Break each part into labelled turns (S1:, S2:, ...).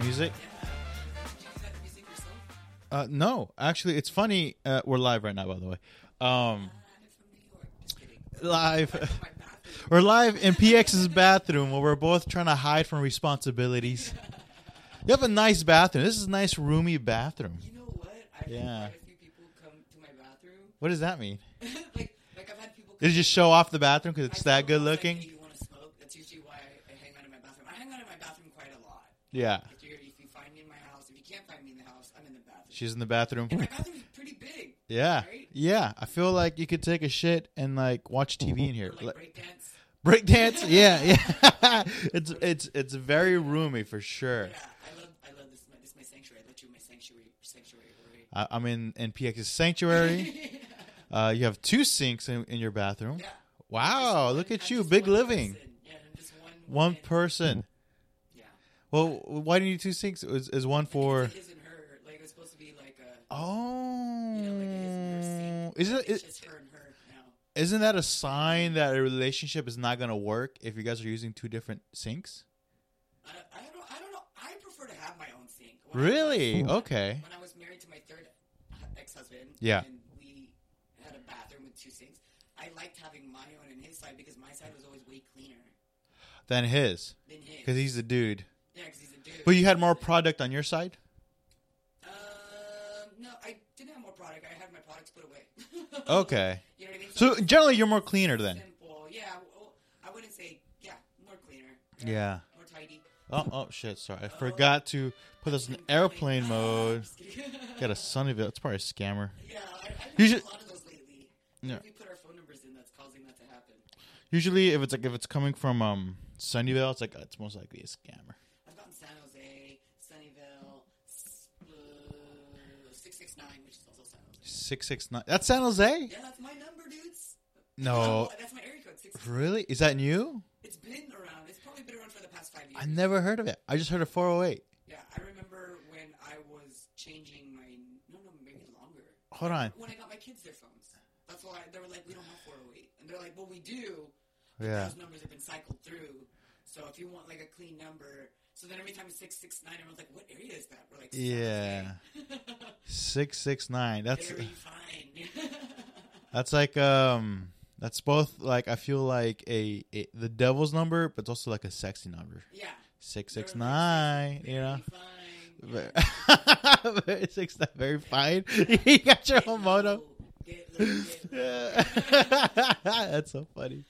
S1: music. Uh, no, actually, it's funny. Uh, we're live right now, by the way. Um, live. We're live in PX's bathroom where we're both trying to hide from responsibilities. You have a nice bathroom. This is a nice, roomy bathroom.
S2: You know what? I've had
S1: Yeah.
S2: quite a few people come to my bathroom.
S1: What does that mean?
S2: like, like I've had people.
S1: Did
S2: come
S1: you just show off the bathroom because
S2: I
S1: it's
S2: saw
S1: that
S2: them, I
S1: good
S2: was like,
S1: looking?
S2: "Hey, you want to smoke? That's usually why I, I hang out in my bathroom. I hang out in my bathroom quite a lot.
S1: Yeah.
S2: If, you're, if you find me in my house, if you can't find me in the house, I'm in the bathroom.
S1: She's in the bathroom.
S2: and my bathroom's pretty big.
S1: Yeah.
S2: Right?
S1: Yeah. I feel like you could take a shit and like watch TV in here.
S2: Or
S1: Like,
S2: like breakdance.
S1: breakdance? Yeah, yeah. it's it's it's very roomy for sure.
S2: Yeah, I love, I love this. My, this is my sanctuary. I let you in my sanctuary, sanctuary already.
S1: I, I'm in NPX's sanctuary. Uh, you have two sinks in, in your bathroom.
S2: Yeah.
S1: Wow,
S2: Just
S1: Oh, look
S2: one-
S1: at
S2: I'm
S1: you,
S2: just
S1: big
S2: one
S1: living.
S2: person. Yeah, I'm just one.
S1: One
S2: woman.
S1: person.
S2: Yeah.
S1: Well, why do you need two sinks? Is, is one
S2: Or
S1: for?
S2: his and her. Like it was supposed to be like a.
S1: Oh,
S2: is
S1: isn't
S2: It's
S1: it,
S2: just her and her now.
S1: isn't that a sign that a relationship is not gonna work if you guys are using two different sinks?
S2: I don't, I don't know. I don't know. I prefer to have my own sink. When I was-
S1: Really? Okay.
S2: when I was married to my third ex-husband,
S1: Yeah.
S2: and we had a bathroom with two sinks. I liked having my own and his side because my side was always way cleaner
S1: Than his,
S2: than his.
S1: because he's the dude.
S2: yeah, because he's a dude.
S1: But you had more product on your side.
S2: Um, no, I didn't have more product. I had my products put away.
S1: Okay.
S2: You know what I mean?
S1: So
S2: it's
S1: generally, you're more cleaner then.
S2: simple. Yeah. Well, I wouldn't say. Yeah, more cleaner.
S1: Yeah.
S2: More tidy.
S1: Oh, oh shit! Sorry, I forgot to put us in airplane mode.
S2: Just kidding.
S1: Got a son of it. That's probably a scammer.
S2: yeah, I, I've
S1: You
S2: had
S1: should-
S2: a lot of those lately.
S1: Yeah.
S2: We put our phone numbers in. That's causing that to happen.
S1: Usually, if it's like if it's coming from um Sunnyvale, it's like it's most likely a scammer.
S2: I've gotten San Jose, Sunnyvale, s- uh, six six nine, which is also San Jose.
S1: Six six nine. That's San Jose.
S2: Yeah, that's my number, dudes.
S1: No,
S2: that's my area code. Six.
S1: really? Is that new?
S2: It's been around. It's probably been around for the past five years.
S1: I never heard of it. I just heard of four hundred eight.
S2: Yeah, I remember when I was changing my no, no, maybe longer.
S1: Hold on.
S2: When I got my kids their phones, that's why they were like, "We don't have 408," and they're like, "Well, we do." But
S1: Yeah.
S2: Those numbers have been cycled through, so if you want like a clean number, so then every time it's six six nine, everyone's like, "What area is that?" We're like,
S1: Yeah. Six six nine. That's
S2: Very fine.
S1: that's like um that's both like I feel like a, a the devil's number, but it's also like a sexy number.
S2: yeah.
S1: Six
S2: They're
S1: six
S2: like,
S1: nine. You
S2: very
S1: know.
S2: Fine.
S1: Very, very six nine, very fine. you got your own moto.
S2: Get low, get low.
S1: That's so funny.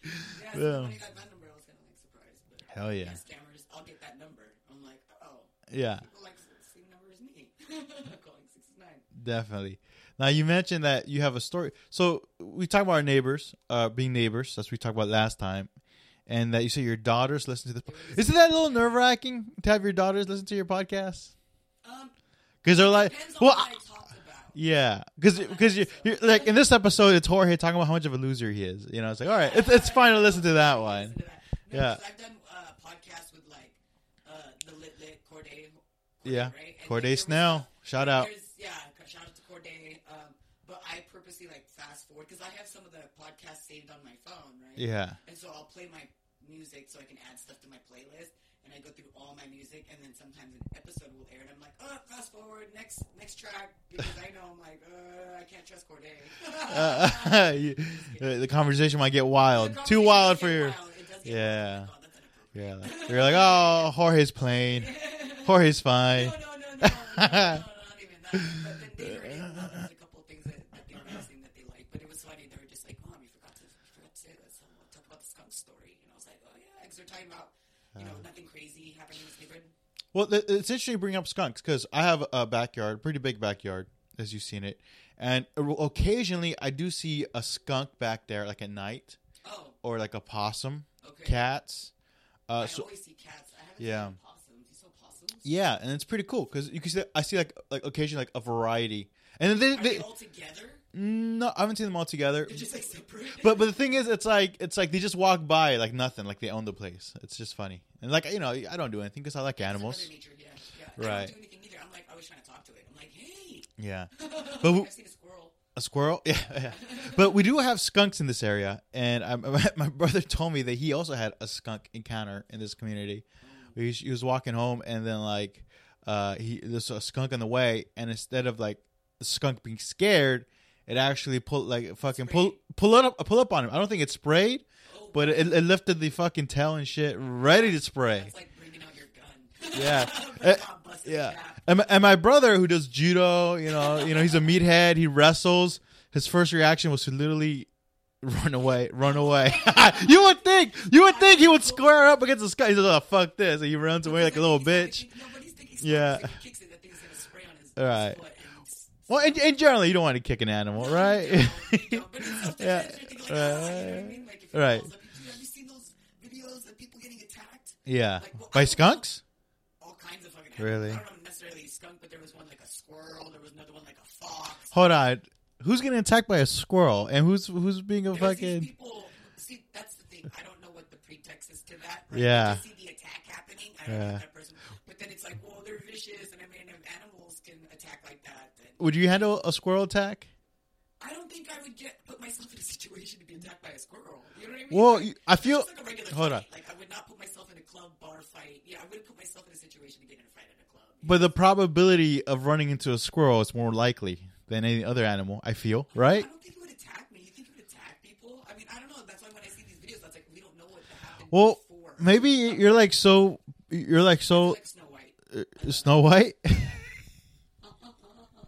S2: Yeah,
S1: Yeah.
S2: so when I got that number, I was kind of like surprised. But
S1: Hell yeah.
S2: Scammers, I'll get that number. I'm like, oh,
S1: Yeah,
S2: people like the same number as me. Calling 69.
S1: definitely. Now you mentioned that you have a story. So we talk about our neighbors, uh, being neighbors. That's what we talked about last time, and that you say your daughters listen to this. po- Isn't that a little nerve wracking to have your daughters listen to your podcast?
S2: Um,
S1: Because they're like,
S2: depends on
S1: well,
S2: what I,
S1: I-
S2: talked about.
S1: yeah, because because you you're, like in this episode, it's Jorge talking about how much of a loser he is. You know, it's like all right, it's it's fine to listen to that one.
S2: Listen to that. No,
S1: Yeah.
S2: 'cause I've done uh, podcasts with like uh, the Lit Lit Corday. Corday,
S1: Yeah,
S2: right? And
S1: Corday
S2: there was
S1: Snell, shout out.
S2: There's, yeah, shout out to Corday. Um, but I purposely like fast forward because I have some of the podcasts saved on my phone, right?
S1: Yeah,
S2: And so I'll play my music so I can add stuff to my playlist. And I go through all my music, and then sometimes an episode will air, and I'm like, oh, fast forward next next track because I know I'm like, uh, I can't trust Corday.
S1: uh, you- the conversation might get wild, too wild for your. Yeah.
S2: Yeah.
S1: Yeah, like- you're like, oh, Jorge's playing. Jorge's
S2: No,
S1: fine.
S2: no, no, no, no, no, no, not even that. But then they already know there's a couple things that, that they were missing that they liked. But it was funny. They were just like, "Mom, you forgot to you forgot to say that. So we'll talk about the skunk story." And I was like, "Oh yeah, because they're talking about
S1: Uh.
S2: you know nothing crazy happening in this neighborhood."
S1: Well, th- it's interesting you bring up skunks because I have a backyard, pretty big backyard, as you've seen it, and uh, occasionally I do see a skunk back there, like at night,
S2: Oh,
S1: or like a possum,
S2: okay.
S1: cats. Uh,
S2: I
S1: so
S2: always see cats. I haven't
S1: Yeah.
S2: seen possums. You saw possums?
S1: yeah, and it's pretty cool because you can see I see like like occasionally like a variety, and then
S2: Are
S1: they,
S2: they,
S1: they
S2: all together?
S1: no, I haven't seen them all together.
S2: They're just like separate.
S1: But but the thing is, it's like it's like they just walk by like nothing, like they own the place. It's just funny, and like you know, I don't do anything because I like
S2: Mother
S1: animals.
S2: Nature, yeah, yeah. I
S1: Right.
S2: don't do anything either. I'm like always trying to talk to it. I'm like, hey.
S1: Yeah,
S2: But
S1: w-
S2: I've seen a squirrel. Oh,
S1: a squirrel. Yeah, yeah. But we do have skunks in this area, and I, my brother told me that he also had a skunk encounter in this community. He was- He was walking home, and then like uh, he there's a skunk in the way, and instead of like the skunk being scared, it actually pulled like fucking pull pull it up pull up on him. I don't think it sprayed,
S2: Oh,
S1: but it, it lifted the fucking tail and shit, ready to spray.
S2: It's like bringing out your gun.
S1: Yeah.
S2: Bring
S1: Uh,
S2: out busted
S1: Yeah,
S2: cap.
S1: and my, and my brother who does judo, you know, you know, he's a meathead. He wrestles. His first reaction was to literally run away, run away. you would think, you would think he would square up against the sky. He's like, oh, "Fuck this!" And he runs away like a little
S2: He's
S1: bitch.
S2: thinking- no, but he's thinking
S1: Yeah.
S2: smart. He's thinking kicks it, that thing's gonna spray on his-
S1: All right.
S2: his foot and s-
S1: Well, in, in general, you don't want to kick an animal, right?
S2: No, but it's something
S1: Yeah.
S2: that you're thinking like, ah, you know what I mean? Like, if it
S1: Right.
S2: falls, I mean, dude, Have you seen those videos of people getting attacked?
S1: yeah, by skunks.
S2: All kinds of fucking
S1: Really?
S2: animals. I don't know necessarily skunk, but there was one like a squirrel. There was another one like a fox.
S1: Hold on, who's getting attacked by a squirrel, and who's who's being a
S2: There was these
S1: fucking?
S2: people. See, that's the thing. I don't know what the pretext is to that. Right?
S1: Yeah.
S2: I just see the attack happening. I don't
S1: Yeah.
S2: know that person. But then it's like, well, they're vicious, and I mean, if animals can attack like that, then
S1: Would you handle a squirrel attack?
S2: I don't think I would get put myself in a situation to be attacked by a squirrel. You know what I mean?
S1: Well,
S2: Like,
S1: you- I feel.
S2: It's like a regular
S1: Hold on.
S2: fight. Like I would not put myself in a club bar fight. Yeah, I wouldn't put myself in a situation to get in a fight at a club.
S1: But the probability of running into a squirrel is more likely than any other animal. I feel right.
S2: I don't think he would attack me. You think he would attack people? I mean, I don't know. That's why when I see these videos, that's like we don't know what happened
S1: Well,
S2: before.
S1: maybe you're like so. You're like so
S2: like Snow White.
S1: uh, Snow White.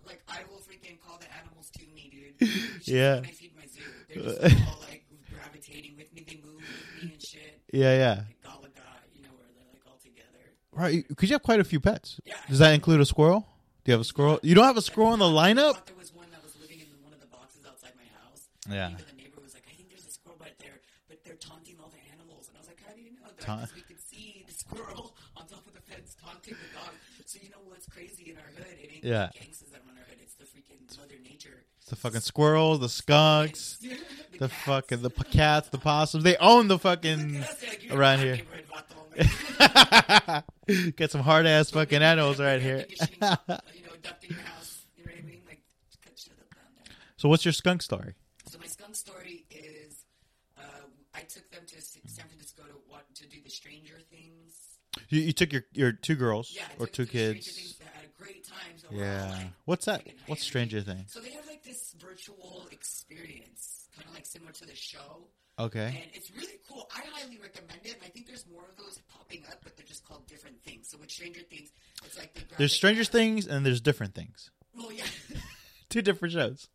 S2: like I will freaking call the animals to me, dude. Shit's
S1: Yeah.
S2: When I feed my zoo, they're just all like gravitating with me. They move with me and shit.
S1: yeah, yeah.
S2: Like Galaga, you know, where they're like all together.
S1: Right. Because you have quite a few pets.
S2: Yeah.
S1: Does that include a squirrel? Do you have a squirrel? You don't have a squirrel in the
S2: I
S1: lineup.
S2: thought there was one that was living in one of the boxes outside my house.
S1: Yeah.
S2: Even the neighbor was like, I think there's a squirrel right there, but they're taunting all the animals. And I was like, How do you know that?
S1: Ta-
S2: Because we could see the squirrel on top of the fence taunting the dog. So you know what's crazy in our hood? It ain't
S1: Yeah.
S2: the gangsters that run our hood. It's the freaking Mother Nature.
S1: It's the fucking squirrels, the skunks,
S2: the,
S1: the
S2: cats.
S1: fucking the p- cats, the possums. They own the fucking
S2: Look at us, like, you're
S1: around
S2: my
S1: here.
S2: neighborhood, vato. I'm like,
S1: Got some hard ass fucking animals right here.
S2: You know, ducked in your house. You know what I mean? Like, cut shit up down there.
S1: So what's your skunk story?
S2: So my skunk story is, uh, I took them to S- San Francisco to wa- to do the Stranger Things.
S1: You, you took your your two girls
S2: Yeah, I
S1: or
S2: took
S1: two
S2: them to the Stranger
S1: kids.
S2: Things. I had a great time. So we're all,
S1: Yeah.
S2: like,
S1: What's that?
S2: freaking high
S1: What's
S2: energy.
S1: Stranger Things?
S2: So they have like this virtual experience, kind of like similar to the show,
S1: Okay.
S2: and it's really cool. I highly recommend it. And I think there's more of those popping up, but they're just called different things. So with Stranger Things, it's like they grab
S1: There's
S2: the
S1: Stranger
S2: cat-
S1: Things and there's different things.
S2: Well, yeah.
S1: Two different shows.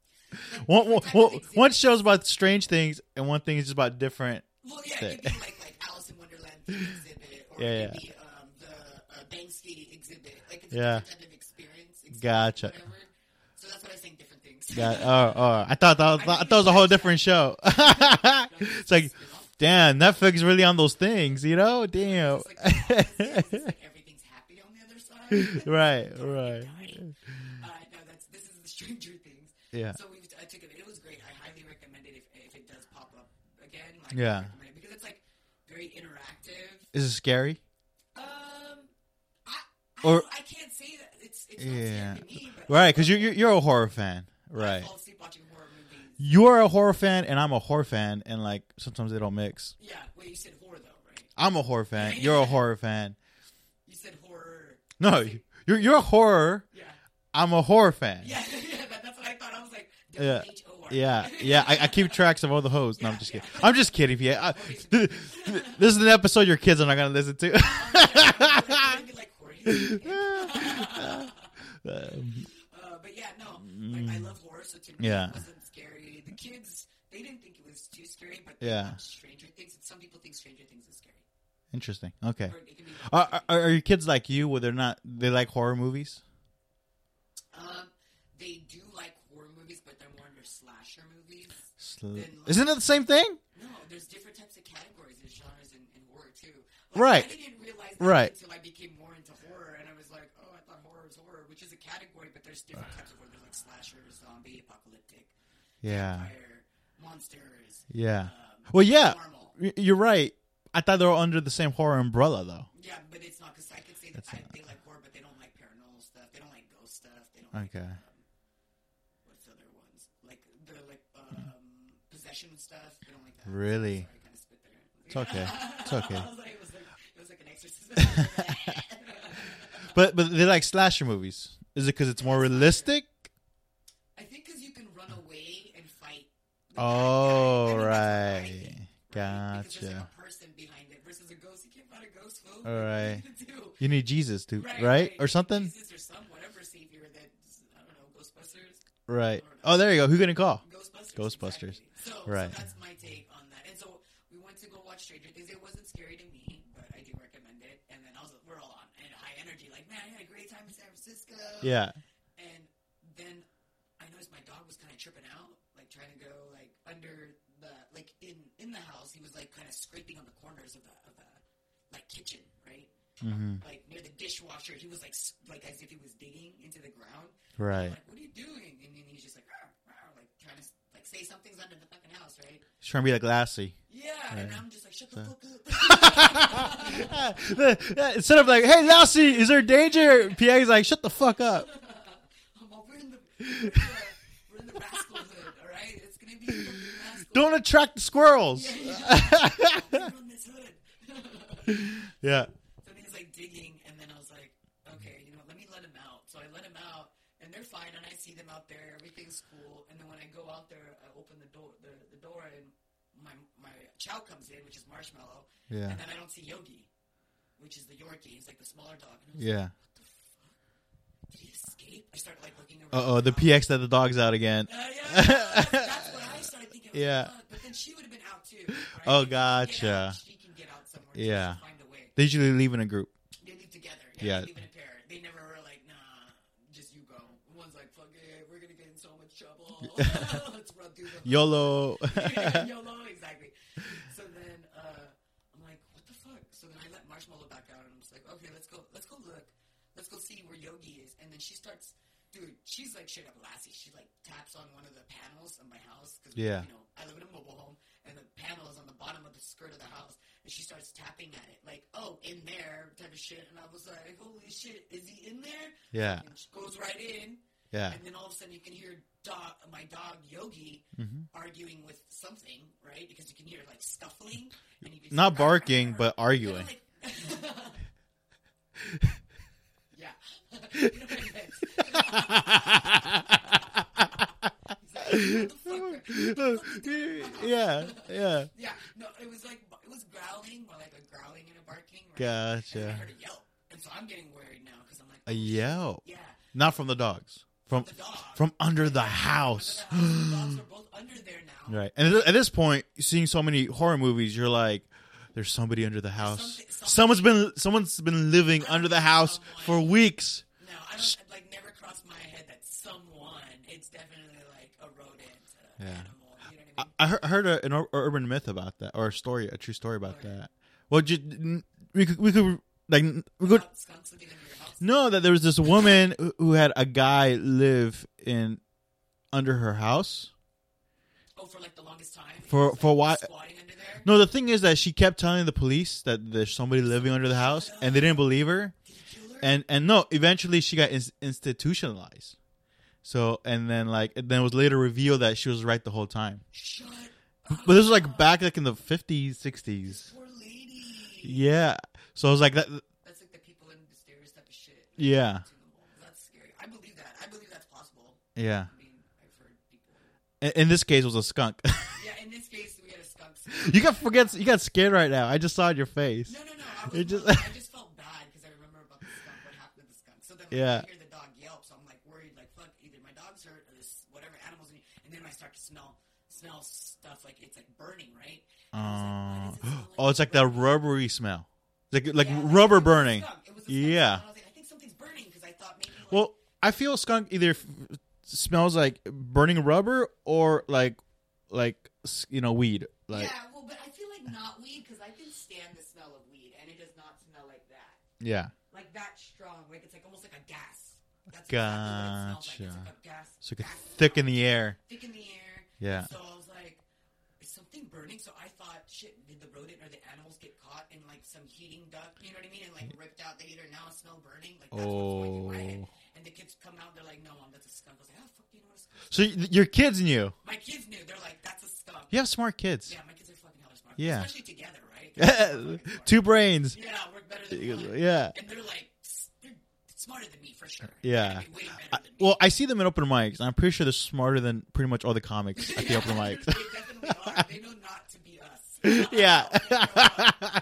S1: One, one, one, one show's about strange things and one thing is about different.
S2: Well, yeah, it could be like like Alice in Wonderland theme exhibit, or
S1: Yeah,
S2: it could be um, the uh, Banksy exhibit. Like it's
S1: Yeah.
S2: a different type of experience. experience
S1: Gotcha.
S2: Whatever. So that's what I'm saying. Different things.
S1: Yeah, oh, oh, I thought that was, I thought it was a whole different show. it's like, damn, Netflix is really on those things, you know? Damn.
S2: It's like, it's like everything's happy on the other side.
S1: right,
S2: Don't
S1: right.
S2: be dying. Uh, no, that's this is the Stranger Things.
S1: Yeah.
S2: So we I took it. It was great. I highly recommend it if, if it does pop up again. Like,
S1: Yeah.
S2: I recommend it because it's like very interactive.
S1: Is it scary?
S2: Um, I, I,
S1: Or-
S2: don't- I can't say that it's, it's
S1: Yeah.
S2: yeah. not me, but
S1: Right, because you're, you're a horror fan. Right.
S2: I fall asleep watching horror movies.
S1: You're a horror fan and I'm a horror fan, and like sometimes they don't mix.
S2: Yeah, well, you said horror though, right?
S1: I'm a horror fan. You're a horror fan.
S2: You said horror.
S1: No, you're, you're a horror.
S2: Yeah,
S1: I'm a horror fan.
S2: yeah, yeah that, that's what I thought. I was like,
S1: Yeah.
S2: W-H-O-R.
S1: Yeah, yeah. I, I keep tracks of all the hoes. No, I'm just kidding. I'm just kidding, Pierre. I,
S2: Okay.
S1: this is an episode your kids are not gonna listen to.
S2: Oh, I'd be like, horror?
S1: Um,
S2: Uh, but yeah, no, like, I love horror, so to me
S1: Mm. Yeah.
S2: it wasn't scary. The kids, they didn't think it was too scary, but
S1: Yeah.
S2: yeah, Stranger Things. and Some people think Stranger Things is scary.
S1: Interesting. Okay.
S2: Or it can be
S1: Are, are, are your kids like you, where they're not? They like horror movies.
S2: Um, they do like horror movies, but they're more under slasher movies.
S1: Sl- Isn't it the same thing?
S2: No, there's different types of categories and genres in, in horror too.
S1: Right.
S2: I didn't realize that
S1: Right.
S2: until I became more into horror, and I was like, oh, I thought horror was horror, which is a category, but there's different types of horror. There's like slasher, zombie, apocalyptic,
S1: Yeah.
S2: vampire, monsters.
S1: Yeah.
S2: Um,
S1: Well, yeah.
S2: Normal.
S1: Y- You're right. I thought they were under the same horror umbrella, though.
S2: Yeah, but it's not because I could say that I, they like horror, but they don't like paranormal stuff. They don't like ghost stuff. They don't like
S1: Okay.
S2: um, what's the other ones? Like they're like um, possession stuff. They don't like that.
S1: Really?
S2: Sorry, I kind of spit there.
S1: It's okay. It's okay.
S2: I was like, it was like it was like an exorcism.
S1: But but they like slasher movies. Is it because it's more realistic?
S2: I think because you can run away and fight. the
S1: Oh
S2: bad guy. I mean, that's
S1: right,
S2: what I think, right? Because there's like
S1: gotcha.
S2: a person behind it versus a ghost. You can't fight a ghost, fool.
S1: All right.
S2: What are you gonna do?
S1: You need Jesus to right, or something,
S2: Jesus or some whatever savior that I don't know, Ghostbusters.
S1: right? Oh, there you go. Who gonna call?
S2: Ghostbusters.
S1: Ghostbusters.
S2: exactly. So,
S1: Right.
S2: so that's my take on that. And so we went to go watch Stranger Things. It wasn't scary to me, but I do recommend it. And then I was we're all on and high energy, like man, I had a great time in San Francisco.
S1: Yeah,
S2: And then I noticed my dog was kind of tripping out, like trying to go like under the like in in the house. He was like kind of scraping on the corners of the of the like kitchen, right?
S1: hmm
S2: Like near the dishwasher, he was like s- like as if he was digging into the ground. I'm
S1: right.
S2: like, what are you doing? And then he's just like, "Rawr, rawr," like trying to like say something's under the fucking house, right?
S1: She's trying to be like Lassie.
S2: Yeah, and
S1: Right.
S2: I'm just like, shut the
S1: So-
S2: fuck up.
S1: Instead of like, "Hey Lassie, is there danger?" PA's like, "Shut the fuck up."
S2: I'm all, we're in the we're in the, we're in the rascal hood, all right? It's gonna be fucking rascal.
S1: Don't attract the squirrels.
S2: We're in this hood.
S1: yeah.
S2: so then he's like digging, and then I was like, okay, you know, let me let him out. So I let him out, and they're fine, and I see them out there, everything's cool. And then when I go out there, I open the door, the, the door, and my my chow comes in, which is Marshmallow,
S1: Yeah.
S2: and then I don't see Yogi, which is the Yorkie. He's like the smaller dog. And I was like,
S1: Yeah.
S2: Did he escape? I started like looking around.
S1: Uh oh, the PX
S2: house.
S1: that the dog's out again.
S2: Uh, yeah, that's, that's what I started thinking. I was
S1: Yeah.
S2: like, "Fuck," But then she would have been out too. right?
S1: Oh,
S2: If she can get
S1: gotcha.
S2: out, She can get out somewhere. She
S1: Yeah.
S2: can Find a way.
S1: They usually leave in a group.
S2: They live together.
S1: Yeah.
S2: Yeah. They live in a pair. They never were like, nah, just you go. One's like, fuck it, we're gonna get in so much trouble. Let's run through the
S1: YOLO.
S2: YOLO, exactly. So then uh, I'm like, what the fuck? So then I let Marshmallow back out, and I'm just like, okay, let's go, let's go look, let's go see where Yogi is. And then she starts, dude, she's like straight up Lassie. She like taps on one of the panels of my house because
S1: Yeah.
S2: you know I live in a mobile home, and the panel is on the bottom of the skirt of the house, and she starts tapping at it like, oh, in there type of shit. And I was like, holy shit, is he in there?
S1: yeah.
S2: And she goes right in,
S1: Yeah.
S2: and then all of a sudden you can hear dog, my dog Yogi
S1: hmm
S2: arguing with something, right? Because you can hear like scuffling. And you can
S1: Not barking, but
S2: Kinda
S1: arguing.
S2: like- yeah. You know what I meant. He's like,
S1: yeah. Yeah.
S2: yeah, no, it was like it was growling, more like a growling and a barking. Right? And then I
S1: Gotcha.
S2: heard a yelp, and so I'm getting worried now because I'm like,
S1: A yell.
S2: yeah,
S1: Not from the dogs. From
S2: the dog
S1: from under the
S2: Under
S1: house.
S2: the house, the dogs are both under there now.
S1: Right. And at- at this point, seeing so many horror movies, you're like, there's somebody under the house.
S2: Something- something-
S1: Someone's been someone's been living under the house for weeks.
S2: No, I don't it, like never crossed my head that someone. It's definitely like a rodent, uh,
S1: Yeah.
S2: animal. You know
S1: I,
S2: what I mean?
S1: I heard, I heard a, an ur- urban myth about that, or a story, a true story about that. Well, just, we could we could like we could
S2: About skunks living under your house.
S1: know that there was this woman who- who had a guy live in under her house.
S2: Oh, for like the longest time. It
S1: For-
S2: was,
S1: for
S2: like,
S1: why-
S2: Squatting under there.
S1: No, the thing is that she kept telling the police that there's somebody living under the house, and they didn't believe her.
S2: Did he kill her?
S1: and and no eventually she got ins- institutionalized so and then like and then it was later revealed that she was right the whole time
S2: Shut.
S1: but this was like back like in the 50s 60s
S2: Poor lady.
S1: yeah so i was like that
S2: That's like the people in mysterious type of shit.
S1: yeah
S2: It's in the mall. That's scary. I believe that. I believe that's possible.
S1: yeah
S2: I mean, I've heard people.
S1: in, in this case it was a skunk
S2: Yeah, in this case, we had a skunk.
S1: you got forget you got scared right now i just saw it in your face
S2: No, no, no. I,
S1: It
S2: was
S1: just-
S2: just, I just felt bad because I remember about the skunk, what happened to the skunk. So then like,
S1: Yeah.
S2: I hear the dog yelp, so I'm like worried, like, fuck, either my dog's hurt or this, whatever animal's in here. And then I start to smell smell stuff like it's like burning, right? And I was like, why
S1: uh,
S2: does it smell
S1: oh it's like that
S2: burning?
S1: rubbery smell It's like like
S2: Yeah,
S1: rubber
S2: it was a
S1: burning
S2: skunk. It was a skunk.
S1: Yeah.
S2: And I was like, I think something's burning because I thought maybe. Like,
S1: well i feel skunk either f- smells like burning rubber or like like s- you know weed like
S2: yeah, well, but I feel like not weed because I can stand the smell of weed and it does not smell like that.
S1: yeah.
S2: Like that strong. Like it's like almost like a gas. That's exactly what it smells like. It's
S1: Gotcha.
S2: like a gas.
S1: So it could
S2: gas
S1: thick
S2: smell.
S1: in the air.
S2: thick in the air.
S1: Yeah.
S2: So I was like, is something burning? So I thought, shit, did the rodent or the animals get caught in like some heating duct? You know what I mean? And
S1: Mm-hmm.
S2: like ripped out the heater. Now it smell burning. Like that's what's going through my head.
S1: Oh.
S2: And the kids come out. They're like, no, mom, that's a skunk. I was like, oh fuck, you know what a skunk? is?"
S1: So y- your kids knew.
S2: My kids knew. They're like, that's a skunk.
S1: You have smart kids.
S2: Yeah, my kids are fucking hella smart.
S1: Yeah.
S2: Especially together, right? 'Cause they're fucking smart.
S1: Two brains.
S2: Yeah, we're better than one.
S1: Yeah. Uh,
S2: And they're like, "Psst, they're smarter than me for sure.
S1: Yeah.
S2: They'd be way better
S1: I,
S2: than me.
S1: well, I see them in open mics, and I'm pretty sure they're smarter than pretty much all the comics at the open
S2: they
S1: mics.
S2: definitely are. They know not to be us.
S1: yeah.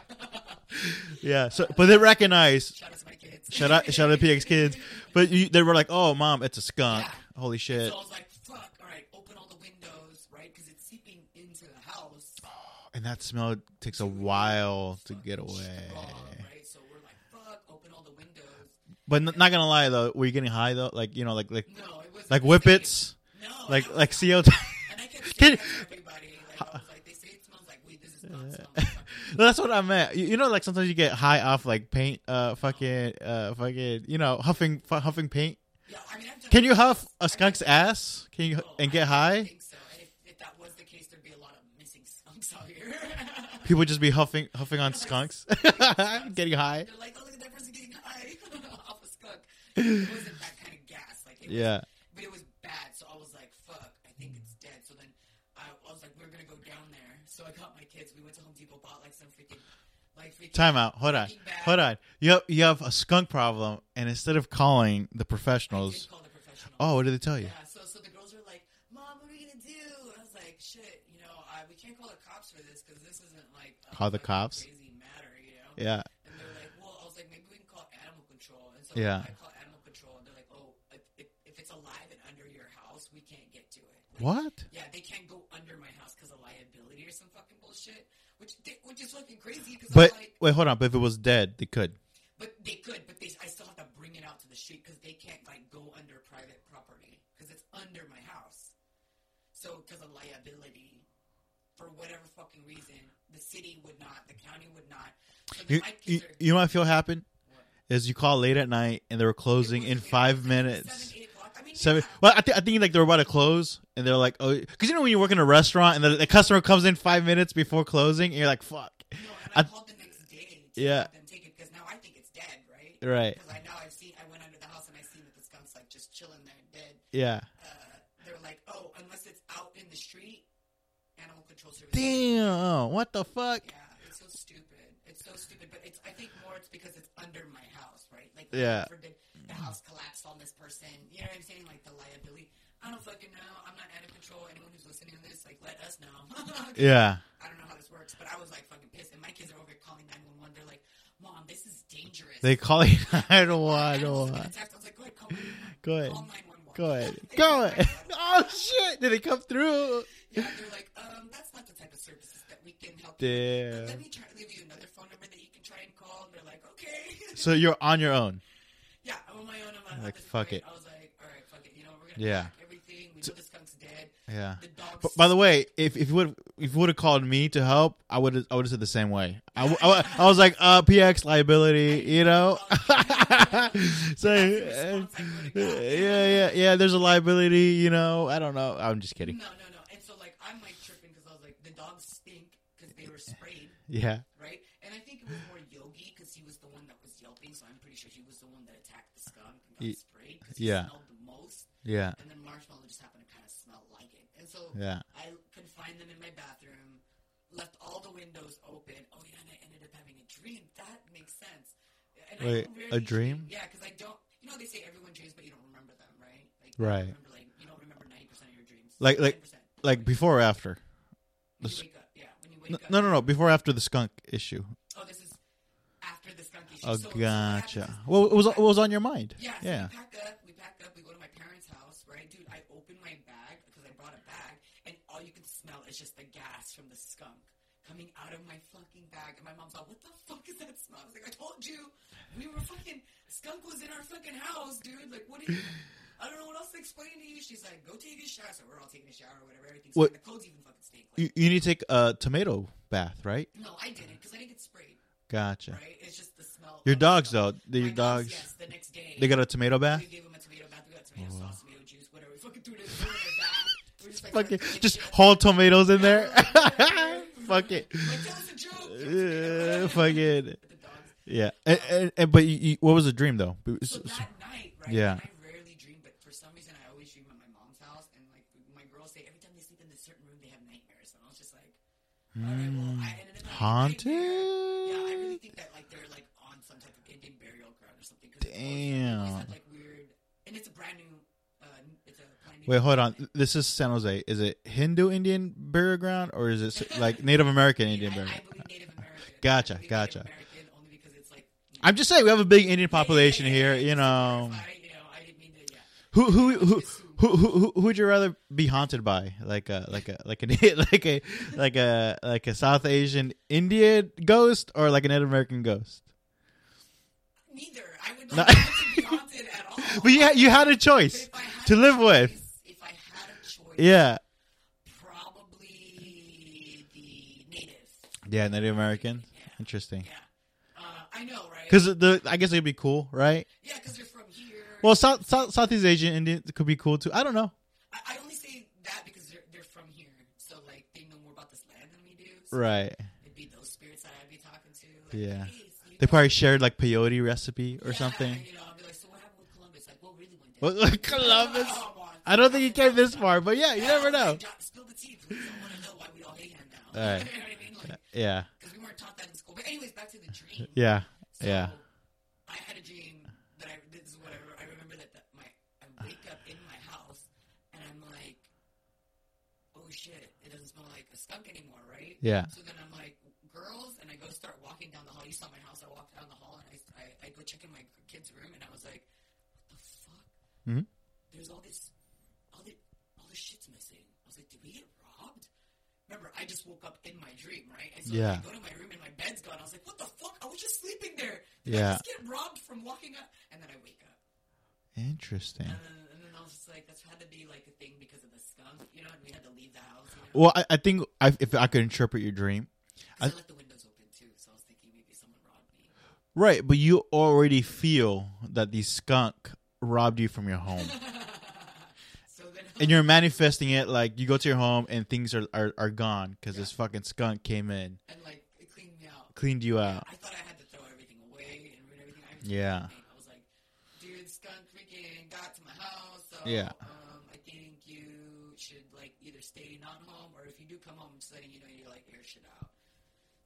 S1: yeah. So, but they recognize.
S2: Shout out to my kids.
S1: Shout out, shout out to PX Kids. But you, they were like, "Oh, mom, it's a skunk. Holy
S2: So
S1: shit!"
S2: I was like, fuck, all right, open all the windows, right? Because it's seeping into the house.
S1: And that smell takes a while to get
S2: It's
S1: away.
S2: wrong, right? So we're like, fuck, open all the windows.
S1: But n- not gonna lie though, were you getting high though? Like you know, like like
S2: No, it was
S1: like whippets,
S2: No,
S1: like
S2: no.
S1: like CO.
S2: And I
S1: Did-
S2: kept saying that to everybody. Like, I was like, they say it smells like weed. This is not smelling like fucking
S1: No, that's what I meant. You, you know, like sometimes you get high off like paint, uh, fucking, uh, fucking, you know, huffing, fu- huffing paint.
S2: Yeah, I mean, I've done
S1: Can you
S2: it.
S1: huff a skunk's ass? Can you and get
S2: I
S1: high?
S2: think so. And if, if that was the case, there'd be a lot of missing skunks out here.
S1: People just be huffing, huffing on skunks, getting high.
S2: They're like, oh, look at that person getting high off a skunk. It wasn't that kind of gas. Like, it was-
S1: Yeah.
S2: but it was bad. So I was like, fuck, I think it's dead. So then I, I was like, we're going to go down there. So I got my kids. We went to Home Depot, bought like some freaking, like freaking.
S1: Time out. Hold on. Hold on. You have, you have a skunk problem, and instead of calling the
S2: I
S1: professionals,
S2: did call the professional.
S1: oh, what did they tell you?
S2: Yeah, so so the girls were like, "Mom, what are we gonna do?" And I was like, "Shit, you know, I, we can't call the cops for this because this isn't like a
S1: Call the
S2: fucking
S1: cops?
S2: crazy matter, you know."
S1: Yeah.
S2: And they're like, "Well," I was like, "Maybe we can call animal control." And so
S1: Yeah.
S2: I call animal control, and they're like, "Oh, if, if, if it's alive and under your house, we can't get to it." Like,
S1: What?
S2: Yeah, they can't go under my house because of liability or some fucking bullshit, which they, which is fucking crazy. Because
S1: But
S2: I'm like,
S1: wait, hold on. But if it was dead, they could.
S2: but they could, but they I still have to bring it out to the street because they can't like go under private property because it's under my house. So because of liability, for whatever fucking reason, the city would not, the county would not. So then
S1: You,
S2: my
S1: you,
S2: kids are
S1: you know what I feel happened
S2: What?
S1: is you call late at night and they were closing
S2: It was-
S1: in
S2: it was
S1: five
S2: like
S1: minutes.
S2: Seven, eight o'clock. I mean,
S1: Seven.
S2: yeah.
S1: Well, I, th- I think like they're about to close, and they're like, oh, because you know when you work in a restaurant and the, the customer comes in five minutes before closing, and you're like, fuck,
S2: No, and I,
S1: I-
S2: called the next day to
S1: Yeah.
S2: have them take it because now I think it's dead, right?
S1: right?
S2: Because I now I've seen I went under the house and I seen that the skunk's like just chilling there dead.
S1: Yeah.
S2: Uh, they were like, oh, unless it's out in the street, animal control service.
S1: Damn, what the fuck?
S2: Yeah, it's so stupid. It's so stupid, but it's. I think more it's because it's under my house, right? Like,
S1: Yeah.
S2: God forbid the house collapsed on this person. You know what I'm saying? Like the liability. I don't fucking know. I'm not out of control. Anyone who's listening to this, like, let us know.
S1: Yeah.
S2: I don't know how this works, but I was like fucking pissed, and my kids are over here calling 911. They're like, "Mom, this is dangerous."
S1: They call you. I don't
S2: I
S1: want. I
S2: was
S1: don't
S2: gonna
S1: want.
S2: text. I was like, "Go ahead, call 911.
S1: Go ahead. Go ahead.
S2: Call 911." They
S1: Go
S2: called
S1: ahead.
S2: 911.
S1: Oh shit! Did it come through?
S2: Yeah, they're like, um, that's not the type of services that we can help you. with. But let
S1: Damn.
S2: me try leave you another phone number that you can try and call. And they're like, okay.
S1: So you're on your own.
S2: yeah, I'm on my own. I'm on-
S1: Like,
S2: at this
S1: fuck
S2: point,
S1: it.
S2: I was like, all right, fuck it. You know, we're
S1: Yeah.
S2: gonna yeah. everything. We know the skunk's dead.
S1: Yeah.
S2: The dog's.
S1: But by the way, if if you would if you would have called me to help, I would have I would have said the same way. I, w- I, w- I was like, uh, PX liability, you know. so uh, yeah, yeah, yeah. There's a liability, you know. I don't know. I'm just
S2: no,
S1: kidding.
S2: no, no. And so like, I'm like tripping because I was like, the dogs stink because they were sprayed.
S1: Yeah,
S2: right? And I think it was more Yogi because he was the one that was yelping, so I'm pretty sure he was the one that attacked the skunk and got
S1: Ye-
S2: sprayed because he
S1: yeah.
S2: smelled the most.
S1: yeah,
S2: And then Marshmallow just happened to kind of smell like it. And so
S1: yeah.
S2: I confined them in my bathroom, left all the windows open. Oh, yeah, and I ended up having a dream. That makes sense. And I
S1: Wait,
S2: don't
S1: a
S2: rarely
S1: dream?
S2: Yeah, because I don't. You know, they say everyone dreams, but you don't remember them, right? Like,
S1: Right.
S2: You don't remember, like, you don't remember 90% of your dreams.
S1: Like- like-
S2: 10%.
S1: Like before or after?
S2: When
S1: this-
S2: you wake up, yeah. When you wake
S1: No,
S2: up.
S1: no, no. Before or after the skunk issue.
S2: Oh, this is after the skunk issue.
S1: Oh,
S2: So- so what happens
S1: gotcha.
S2: is-
S1: Well, it was what was on your mind?
S2: Yeah, so
S1: yeah.
S2: we pack up, we pack up, we go to my parents' house, right? Dude, I open my bag because I brought a bag, and all you can smell is just the gas from the skunk coming out of my fucking bag. And my mom's like, what the fuck is that smell? I was like, I told you, we were fucking, skunk was in our fucking house, dude. Like, what do you, I don't know what else to explain to you. She's like, go take a shower. So we're all taking a shower or whatever, everything's
S1: What-
S2: fine. The clothes even fucking stink. Like,
S1: You, you need to take a tomato bath, right?
S2: no, I didn't because I didn't get sprayed,
S1: Gotcha.
S2: right? It's just the smell.
S1: Your
S2: of the
S1: dogs though,
S2: skunk.
S1: your
S2: My
S1: dogs,
S2: Yes, the next day.
S1: they got a tomato bath. Oh,
S2: We gave him a tomato bath. We got tomato sauce, tomato juice, whatever. We fucking threw it in the bath. We're just like,
S1: Fucking
S2: fucking
S1: just
S2: shit.
S1: whole tomatoes in there. Fuck it.
S2: Like, that was a joke.
S1: Uh, fuck it.
S2: But the dogs.
S1: Yeah. And, and, and- but you, you, what was the dream though?
S2: So that night, right?
S1: Yeah.
S2: And I rarely dream, but for some reason, I always dream at my mom's house. And like my girls say, every time they sleep in this certain room, they have nightmares. And I was just like, all right, well, I ended up having a
S1: Haunted.
S2: nightmare. Yeah, I really think that like they're like on some type of Indian burial ground or something. 'cause it's
S1: Damn.
S2: always- it's always uh,
S1: Wait, hold on. This is San Jose. Is it Hindu Indian burial ground or is it like Native American Indian
S2: I,
S1: burial?
S2: I believe Native American.
S1: Gotcha,
S2: I believe
S1: gotcha.
S2: Native American only because it's like
S1: I'm just saying we have a big Indian population
S2: Yeah, yeah,
S1: here.
S2: yeah, yeah,
S1: You
S2: it's
S1: know,
S2: like, I, you know, I didn't mean to. Yeah.
S1: who who who who who who would you rather be haunted by? Like a like a like an like a like a like a South Asian Indian ghost or like an Native American ghost?
S2: Neither. I would
S1: No.
S2: not want to be haunted at all.
S1: But you ha- you had a
S2: But
S1: choice
S2: if I had
S1: to
S2: a
S1: live with.
S2: choice- If I had a choice,
S1: Yeah,
S2: probably the native.
S1: yeah, Native American. Interesting.
S2: Yeah. Uh, I know, right?
S1: Because the I guess it'd be cool, right?
S2: yeah, because they're from here.
S1: Well, South, South Southeast Asian Indians could be cool too. I don't know.
S2: I, I only say that because they're they're from here, so like they know more about this land than we do. So
S1: Right.
S2: It'd be those spirits that I'd be talking to. Like,
S1: Yeah.
S2: "Hey, so you
S1: They
S2: know-
S1: probably shared like peyote recipe or
S2: Yeah,
S1: something.
S2: You know, I'd be like, so what happened with Columbus? Like, well, really one day.
S1: Well, look, Columbus.
S2: Come on.
S1: I don't think he came this far, but yeah, you never know.
S2: John, spill the tea, please. I want to know why we all hate him now.
S1: All right.
S2: you know what I mean? Like,
S1: Yeah,
S2: because we weren't taught that in school. But anyways, back to the dream.
S1: yeah,
S2: So,
S1: yeah.
S2: I had a dream that I this is whatever I remember that, that my I wake up in my house and I'm like, oh shit, it doesn't smell like a skunk anymore, right?
S1: Yeah.
S2: So then I'm like, girls, and I go start walking down the hall. You saw my house. I walked down the hall and I I, I go check in my kid's room and I was like, what the fuck?
S1: Mhm.
S2: There's all this, all the all this shit's missing. I was like, did we get robbed? Remember, I just woke up in my dream, right? And so then
S1: Yeah.
S2: I go to my room and my bed's gone. I was like, what the fuck? I was just sleeping there. Did
S1: Yeah.
S2: I just get robbed from walking up? And then I wake up.
S1: Interesting.
S2: And then, and then I was just like, that's had to be like a thing because of the skunk, you know, and we had to leave the house. You know?
S1: Well, I, I think I, if I could interpret your dream,
S2: 'Cause
S1: I-
S2: I, left the windows open too, so I was thinking maybe someone robbed me.
S1: right? But you already feel that the skunk robbed you from your home,
S2: so then
S1: and you're manifesting it like you go to your home and things are are, are gone because this fucking skunk came in,
S2: and like it cleaned me out.
S1: cleaned you out.
S2: I thought I had to throw everything away and ruin everything. I
S1: Uh, Yeah.
S2: was thinking, I was like, dude, skunk freaking got to my house. So,
S1: Yeah.
S2: Um, I think you should like either stay not home or if you do come home, just letting you know you like air shit out.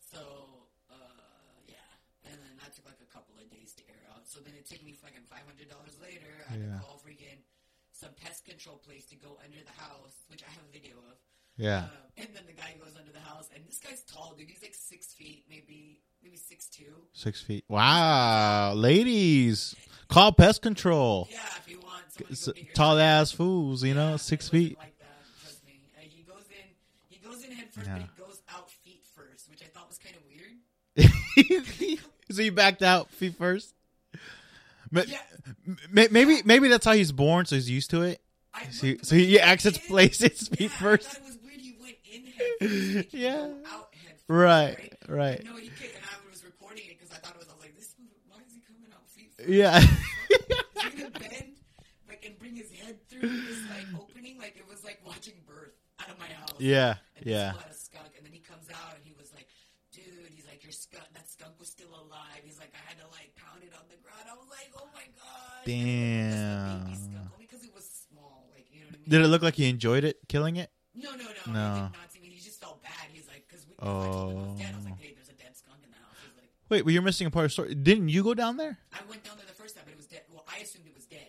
S2: So, uh, yeah. And then that took like a couple of days to air out. So then it took me fucking five hundred dollars later. I had
S1: Yeah.
S2: to call freaking some pest control place to go under the house, which I have a video of.
S1: Yeah,
S2: Um, and then the guy goes under the house, and this guy's tall, dude. He's like six feet, maybe maybe six two.
S1: six feet. Wow, ladies, call pest control.
S2: Yeah, if you want. someone to
S1: S-
S2: go get your-
S1: Tall ass fools, you
S2: Yeah,
S1: know,
S2: but
S1: six
S2: it wasn't
S1: feet.
S2: Like that, trust me. Uh, he goes in. He goes in head first,
S1: Yeah.
S2: but he goes out feet first, which I thought was kind of weird.
S1: so you backed out feet first. Ma-
S2: Yeah.
S1: ma- Maybe maybe that's how he's born, so he's used to it.
S2: I
S1: So he,
S2: looked
S1: so
S2: when
S1: he exits
S2: went in,
S1: places
S2: yeah,
S1: feet
S2: I
S1: first.
S2: thought it was weird. He went in head first. like, he
S1: Yeah.
S2: go Out head first,
S1: Right, right.
S2: No, he came, and I was recording it because I thought it was. I was like, this. Why is he coming out feet first?
S1: Yeah.
S2: He's gonna bend like and bring his head through this like opening, like it was like watching birth out of my house.
S1: yeah.
S2: And this
S1: Yeah.
S2: fool had a skunk, and then he comes out and he was like, "Dude," he's like, "Your skunk, that skunk was still alive." He's like, "I had to like pound it on the ground." I was like, "Oh my god!"
S1: Damn.
S2: That's the baby skunk, only because it was small, like you know what I mean.
S1: Did it look like he enjoyed it, killing it?
S2: No, no, no.
S1: No.
S2: He did not see me. He just felt bad. He's like, "Cause we, 'cause I told him I was dead." I was
S1: Oh.
S2: like, "Hey, there's a dead skunk in the house." He's like,
S1: Wait, well, you're missing a part of the story. Didn't you go down there?
S2: "I went down there the first time, but it was dead. Well, I assumed it was dead."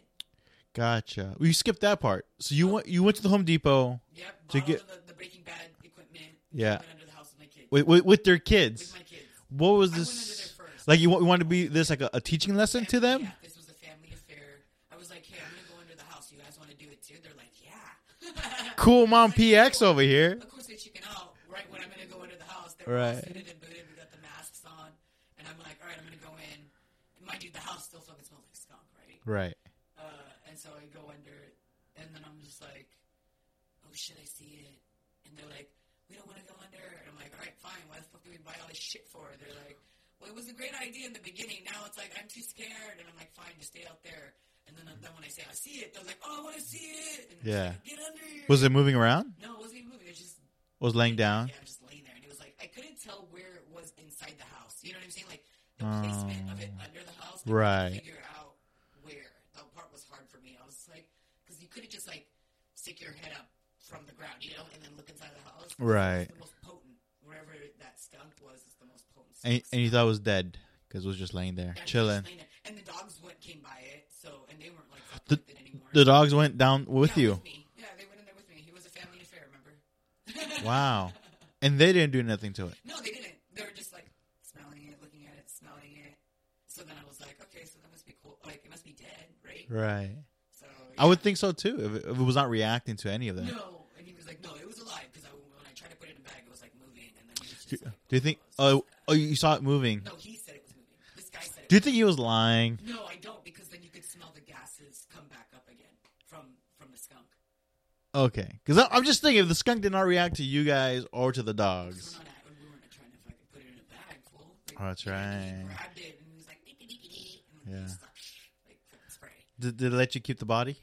S1: Gotcha. Well, you skipped that part. So you went you went to the Home Depot
S2: Yep.
S1: To
S2: To
S1: get-
S2: get the, the Breaking Bad equipment.
S1: Yeah.
S2: Went under the house with my kids.
S1: with with, with their
S2: With
S1: kids.
S2: my kids.
S1: What was
S2: I went
S1: this?
S2: under there first.
S1: Like you want, you want to be this like a, a teaching lesson to them?
S2: Yeah, this was a family affair. I was like, hey, I'm gonna go under the house. You guys want to do it too? They're like, yeah.
S1: Cool mom PX over here.
S2: Of course they chicken out right when I'm gonna go under the house. They're
S1: Right.
S2: all suited and booted. We got the masks on, and I'm like, all right, I'm gonna go in. And mind you, the house still fucking smells like skunk, right?
S1: Right.
S2: Uh, and so I go under it, and then I'm just like, oh shit, I see it. And they're like, we don't want to go under. And I'm like, all right, fine. Why the fuck did we buy all this shit for? They're like, well, it was a great idea in the beginning. Now it's like, I'm too scared. And I'm like, fine, just stay out there. And then, then when I say I see it, they're like, oh, I want to see it. And I'm just
S1: Yeah.
S2: like, Get under here.
S1: Was it moving around?
S2: no, it wasn't even moving. It was just
S1: Was laying down?
S2: yeah, I'm just laying there, and it was like I couldn't tell where it was inside the house. You know what I'm saying? Like the placement of it
S1: Oh.
S2: under the house. I couldn't
S1: Right.
S2: Figure out where that part was hard for me. I was just like, because you couldn't just like stick your head up from the ground, you know, and then look inside the house. It's
S1: Right.
S2: The most potent, wherever that skunk was, is the most potent.
S1: And,
S2: skunk
S1: and you thought it was dead because it was just laying there,
S2: skunk. And I was just
S1: chilling.
S2: laying there, And the dogs went came by it, so and they weren't like
S1: The-
S2: fucking with it anymore.
S1: The dogs went down with
S2: Yeah,
S1: you.
S2: me. Yeah,
S1: Wow. And they didn't do nothing to it.
S2: No, they didn't. They were just like smelling it, looking at it, smelling it. So then I was like, okay, so that must be cool. Like it must be dead, right?
S1: Right.
S2: So
S1: I would think so too if it, if it was not reacting to any of that.
S2: No, and he was like, no, it was alive because I, when I tried to put it in a bag, it was like moving, and then he was just like,
S1: Do you think?
S2: oh,
S1: Oh,
S2: it's
S1: oh, you saw it moving.
S2: alive. no, he said it was moving. This guy said it.
S1: Do you think he was lying?
S2: No, I don't, because then you could smell the gases come back up again from from the skunk.
S1: Okay, because I'm just thinking if the skunk did not react to you guys or to the
S2: 'Cause
S1: dogs.
S2: We're not, at- we weren't trying to fucking put it in a bag, fool. Like,
S1: Oh, that's
S2: you know, and He
S1: right.
S2: grabbed it and he was like, "Dee, dee, dee, dee, dee," and
S1: Yeah.
S2: he just like, like fucking spray.
S1: Did, did it let you keep the body?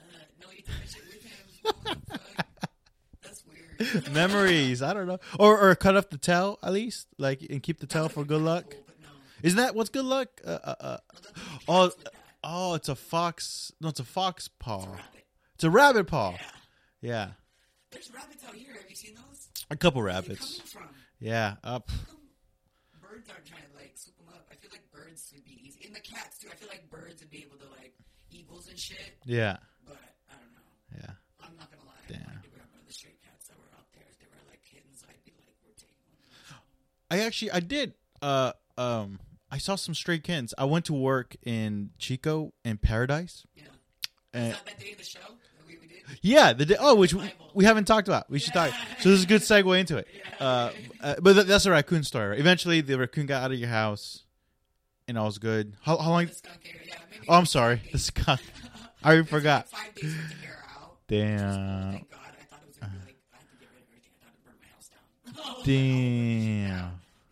S2: Uh, no, he took that shit with him. What the fuck? That's weird.
S1: Memories. I don't know. Or or cut off the tail at least, like and keep the
S2: That
S1: tail
S2: would've
S1: for
S2: been
S1: good
S2: kinda
S1: luck.
S2: cool, but no.
S1: Isn't that what's good luck? Uh, uh, uh.
S2: No, that's what the
S1: Oh,
S2: cats with that.
S1: Oh, it's a fox. No, it's a fox paw.
S2: It's a rabbit.
S1: It's a rabbit paw.
S2: Yeah.
S1: Yeah,
S2: There's rabbits out here. Have you seen those?
S1: a couple
S2: Where are they
S1: rabbits.
S2: coming from?
S1: Yeah. Up.
S2: Some Birds aren't trying to like swoop them up. I feel like birds would be easy. And the cats too. I feel like birds would be able to like eagles and shit.
S1: Yeah.
S2: But I don't know.
S1: Yeah.
S2: I'm not gonna lie.
S1: Damn.
S2: If I had to grab one of the stray cats that were out there, if they were like kittens, I'd be like, we're taking one.
S1: I actually I did uh um I saw some stray kittens. I went to work in Chico and Paradise.
S2: Yeah.
S1: And
S2: Is that that day of the show that we, we did?
S1: yeah, the day, oh which we, we haven't talked about. We should talk. So this is a good segue into it. Uh, uh, but th- that's a raccoon story. Right? Eventually the raccoon got out of your house and all was good. How, how long
S2: The skunk hair, yeah. Maybe
S1: Oh, I'm sorry. The skunk. I already forgot. Uh,
S2: Like five days with the hair out.
S1: Damn.
S2: Thank God. I thought it was gonna be like I had to get rid of everything. I thought it burned my house down. I was like,
S1: Damn.
S2: I'm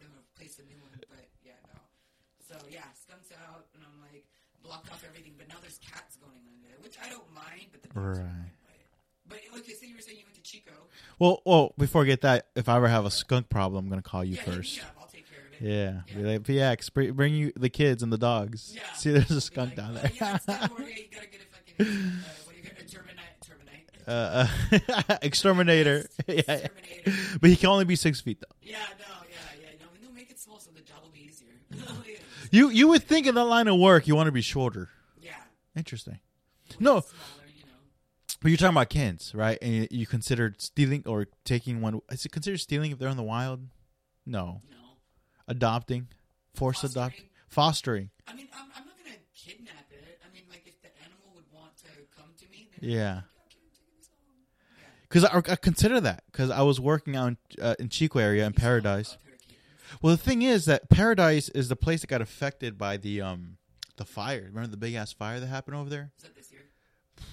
S2: gonna replace a new one, but yeah, no. So yeah, skunks out, and I'm like blocked off everything. But now there's cats going under there, which I don't mind, but the dogs are
S1: Right.
S2: annoyed by it. But okay, so you were saying you went to Chico.
S1: Well, well, before I get that, if I ever have a skunk problem, I'm going to call you
S2: yeah,
S1: first.
S2: Hit me up. I'll take care of it.
S1: Yeah. Be like, PX, br- bring you the kids and the dogs.
S2: Yeah.
S1: See, there's
S2: I'll be
S1: a skunk
S2: like,
S1: down
S2: "Oh,
S1: there.
S2: yeah, it's February, you gotta get a fucking uh, what do you get? A terminite, terminite.
S1: uh, uh, exterminator. yeah, yeah.
S2: Terminator.
S1: But he can only be six feet though.
S2: Yeah, no, yeah, yeah. No, no, make it small so the job will be easier.
S1: You you would think in that line of work you want to be shorter.
S2: yeah.
S1: Interesting.
S2: when
S1: No.
S2: it's Smaller, you know.
S1: But you're talking about kids, right? And you, you considered stealing or taking one. Is it considered stealing if they're in the wild? No.
S2: No.
S1: Adopting, forced adopt,
S2: Fostering.
S1: fostering.
S2: I mean, I'm, I'm not gonna kidnap it. I mean, like if the animal would want to come to me, then
S1: Yeah.
S2: I'd be like, "Okay, I'm taking this home."
S1: Because I, I consider that because I was working out in, uh, in Chico area in
S2: You saw
S1: Paradise.
S2: a pair of kittens.
S1: Well, the thing is that Paradise is the place that got affected by the um the fire. Remember the big ass fire that happened over there?
S2: Was that this year?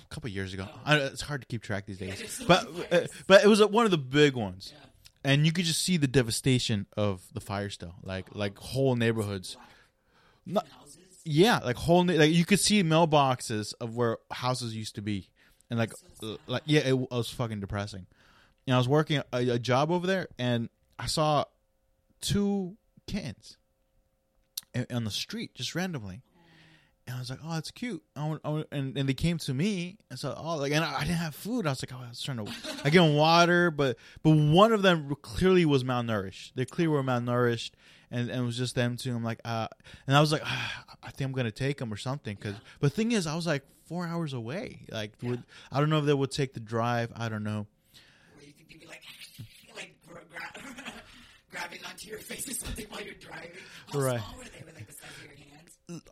S1: a couple years ago.
S2: Oh.
S1: I, it's hard to keep track these
S2: Yeah,
S1: days,
S2: there's so
S1: but
S2: many
S1: uh,
S2: fires.
S1: but it was uh, one of the big ones,
S2: Yeah.
S1: and you could just see the devastation of the fire still, like like whole neighborhoods.
S2: Black
S1: No-
S2: houses.
S1: Yeah, like whole ne- like you could see mailboxes of where houses used to be, and like
S2: So
S1: uh, like yeah, it, w- it was fucking depressing. And I was working a, a job over there, and I saw two kittens a- on the street just randomly. And I was like, "Oh, it's cute." I want, I want- and, and they came to me and said, "Oh, like," and I, I didn't have food. I was like, "Oh, I was trying to, I gave them water, but but one of them clearly was malnourished. They clearly were malnourished, and, and it was just them two. I'm like, uh, and I was like, ah, I think I'm gonna take them or something. Cause but thing is, I was like four hours away. Like, would, I don't know if they would take the drive. I don't know.
S2: where you could be like, like gra- gra- grabbing onto your face or something while you're driving. How
S1: Right.
S2: small were they with like the size of your hands?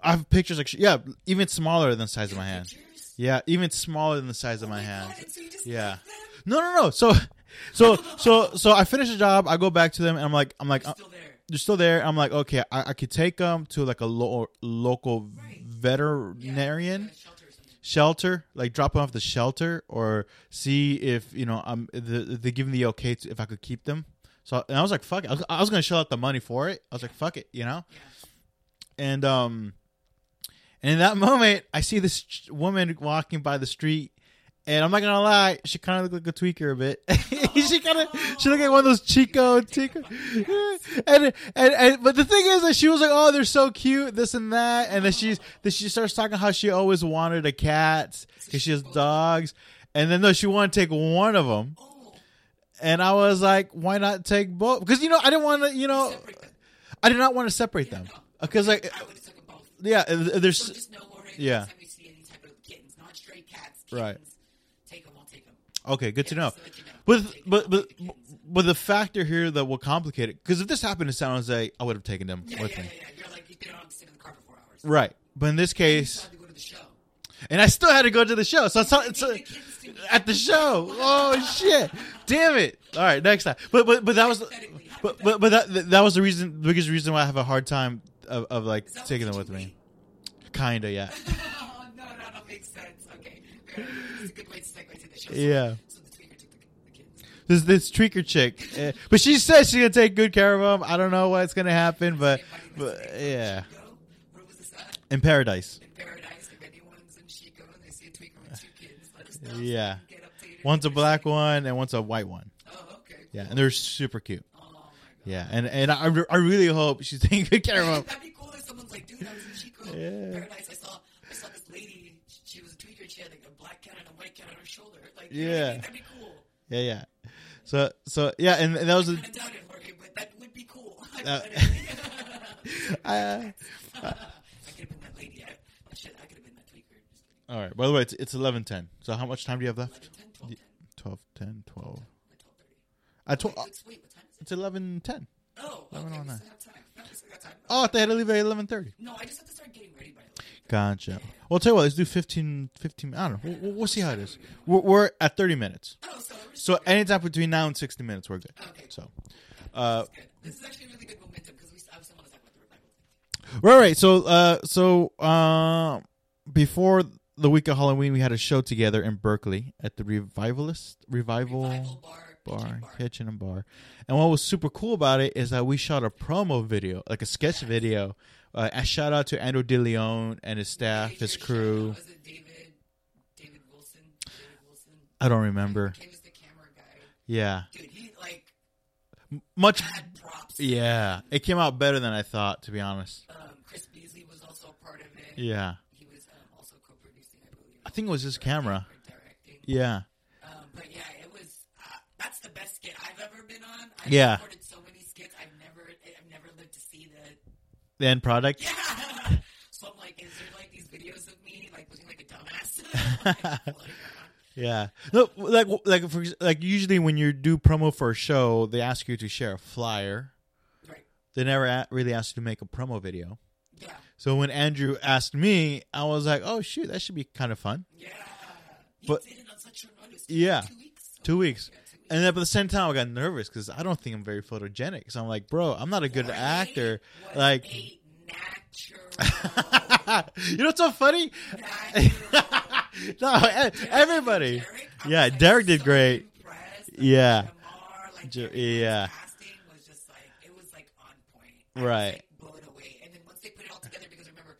S1: I have pictures like, yeah, even smaller than the size of my hand.
S2: Pictures? Oh
S1: Yeah, even smaller than the size of my hand.
S2: God, and so you just
S1: Yeah.
S2: left them?
S1: No, no, no. So, so, so, so I finish the job. I go back to them, and I'm like, I'm like,
S2: They're
S1: uh,
S2: still there.
S1: they're still there. I'm like, okay, I, I could take them to like a lo- local
S2: Right. Yeah,
S1: veterinarian
S2: like a shelter or something.
S1: shelter, like drop them off the shelter, or see if you know I'm the, they give me the okay to, if I could keep them. So and I was like, fuck it. I was, I was gonna shell out the money for it. I was like, fuck it, you know.
S2: Yeah.
S1: And um, and in that moment, I see this ch- woman walking by the street, and I'm not gonna lie, she kind of looked like a tweaker a bit. she kind of she looked like one of those Chico tweaker. and, and and but the thing is that she was like, oh, they're so cute, this and that, and then she's then she starts talking how she always wanted a cat because she has dogs. And then no, she wanted to take one of them,
S2: Oh,
S1: and I was like, "Why not take both?" Because you know, I didn't want to. You know,
S2: separate them.
S1: I did not want to separate them because like,
S2: I would have took them both.
S1: yeah, there's
S2: So just know, Jorge,
S1: yeah.
S2: next time you see any type of kittens, not stray cats, kittens,
S1: Right.
S2: take them, I'll take them.
S1: Okay, good to
S2: Yeah,
S1: know.
S2: just to let you know.
S1: But
S2: Take it
S1: but
S2: out,
S1: but
S2: take the kids.
S1: but the factor here that will complicate it because if this happened in San Jose, I would have taken them
S2: Yeah, yeah,
S1: with
S2: yeah,
S1: me.
S2: yeah. You're like, you don't have to sit in the car for four hours.
S1: Right. But in this
S2: You still
S1: case,
S2: have to go to the show.
S1: and I still had to go to the show. So it's, not- it's uh,
S2: Take the kids to me.
S1: at the show. Oh shit! Damn it! All right, next time. But but but that was
S2: Hypothetically,
S1: but but but that that was the reason the biggest reason why I have a hard time of, of like
S2: Is that what
S1: taking them
S2: you
S1: with me.
S2: mean?
S1: Kinda, yeah.
S2: Oh, no, no, that makes sense. Okay. Fair enough. It's a good way to segue to the show. So-
S1: Yeah.
S2: So the tweaker took the, the kids.
S1: This this tweaker chick, eh, but she says she's gonna take good care of them. I don't know what's gonna happen, but but yeah,
S2: Chico, where was this at?
S1: in paradise.
S2: In paradise, if anyone's in Chico and they see a tweaker with two kids, let us know. so we
S1: Yeah.
S2: can get updated.
S1: One's a black one and one's a white one.
S2: Oh, okay.
S1: Yeah, and they're super cute.
S2: Oh, my God.
S1: Yeah, and and I, I really hope she's taking good care of them.
S2: That'd be cool if someone's like, dude, I was in Chico,
S1: Yeah.
S2: paradise. I saw, I saw this lady. She was a tweaker. and She had like a black cat and a white cat on her shoulder. Like, you know what I
S1: Yeah.
S2: mean? that'd be cool.
S1: Yeah, yeah. So so yeah, and, and that was a,
S2: I doubt it, Jorge, but that would be cool.
S1: Uh, I- uh,
S2: I could have been that lady. I, I should. I could have been that tweaker. Just kidding.
S1: all right. By the way, it's it's eleven ten. So how much time do you have left?
S2: 11, 12, 10,
S1: 12, 10, 12.
S2: or 12:30.
S1: I told
S2: Wait, wait, what time is it?
S1: it's eleven ten.
S2: Oh, okay,
S1: 11
S2: we
S1: on
S2: still
S1: that.
S2: have time. No, we still got time.
S1: Oh, they had to leave at eleven thirty.
S2: No, I just have to start getting ready by like.
S1: Gotcha. Well, tell you what, let's do 15, 15 I don't know. We'll, we'll see how it is. We're, we're at thirty minutes.
S2: Oh, so we're just
S1: So anytime between now and sixty minutes, we're good. So. Uh,
S2: That's good. This is actually really good momentum because we I was want to talk about the revival thing.
S1: Right, right. So, uh, so uh, before the week of Halloween, we had a show together in Berkeley at the Revivalist Revival,
S2: Revival bar,
S1: Bar,
S2: kitchen bar.
S1: Kitchen and Bar. And what was super cool about it is that we shot a promo video, like a sketch video. Uh, a shout out to Andrew DeLeon and his staff,
S2: Major
S1: his
S2: shout-out.
S1: crew.
S2: Was it David? David Wilson. David Wilson.
S1: I don't remember.
S2: He was the camera guy.
S1: Yeah,
S2: Dude, he like
S1: much.
S2: had props.
S1: Yeah, it came out better than I thought, to be honest.
S2: Um, Chris Beasley was also a part of it.
S1: Yeah,
S2: He was um, also co-producing, I believe.
S1: I think it was his camera.
S2: Or directing.
S1: Yeah,
S2: Um, but yeah, it was. Uh, that's the best skit I've ever been on. I've
S1: Yeah.
S2: recorded so many skits. I've never, I've never lived to see the
S1: the end product.
S2: Yeah. So I'm like, is there like these videos of me like looking like a dumbass? Like, floating around.
S1: Yeah. No, like like for, like usually when you do promo for a show, they ask you to share a flyer.
S2: right.
S1: They never a- really ask you to make a promo video.
S2: Yeah.
S1: So when Andrew asked me, I was like, "Oh shoot, that should be kind of fun."
S2: Yeah. He
S1: But-
S2: did it on such short notice.
S1: Yeah.
S2: Two
S1: Two
S2: weeks. Oh,
S1: weeks.
S2: Yeah, two weeks.
S1: And then, but at the same time, I got nervous because I don't think I'm very photogenic. So I'm like, "Bro, I'm not a good
S2: Jorge
S1: actor."
S2: was
S1: Like,
S2: a natural.
S1: you know what's so funny?
S2: natural.
S1: no, e- everybody.
S2: Derek, I
S1: Yeah,
S2: was, like,
S1: Derek did
S2: so
S1: great.
S2: impressed. Like,
S1: Yeah.
S2: Jamar, like,
S1: Jer-
S2: everyone's
S1: yeah.
S2: casting was just like it was like on point. I was,
S1: Right.
S2: like, blown away. And then once they put it all together, because remember,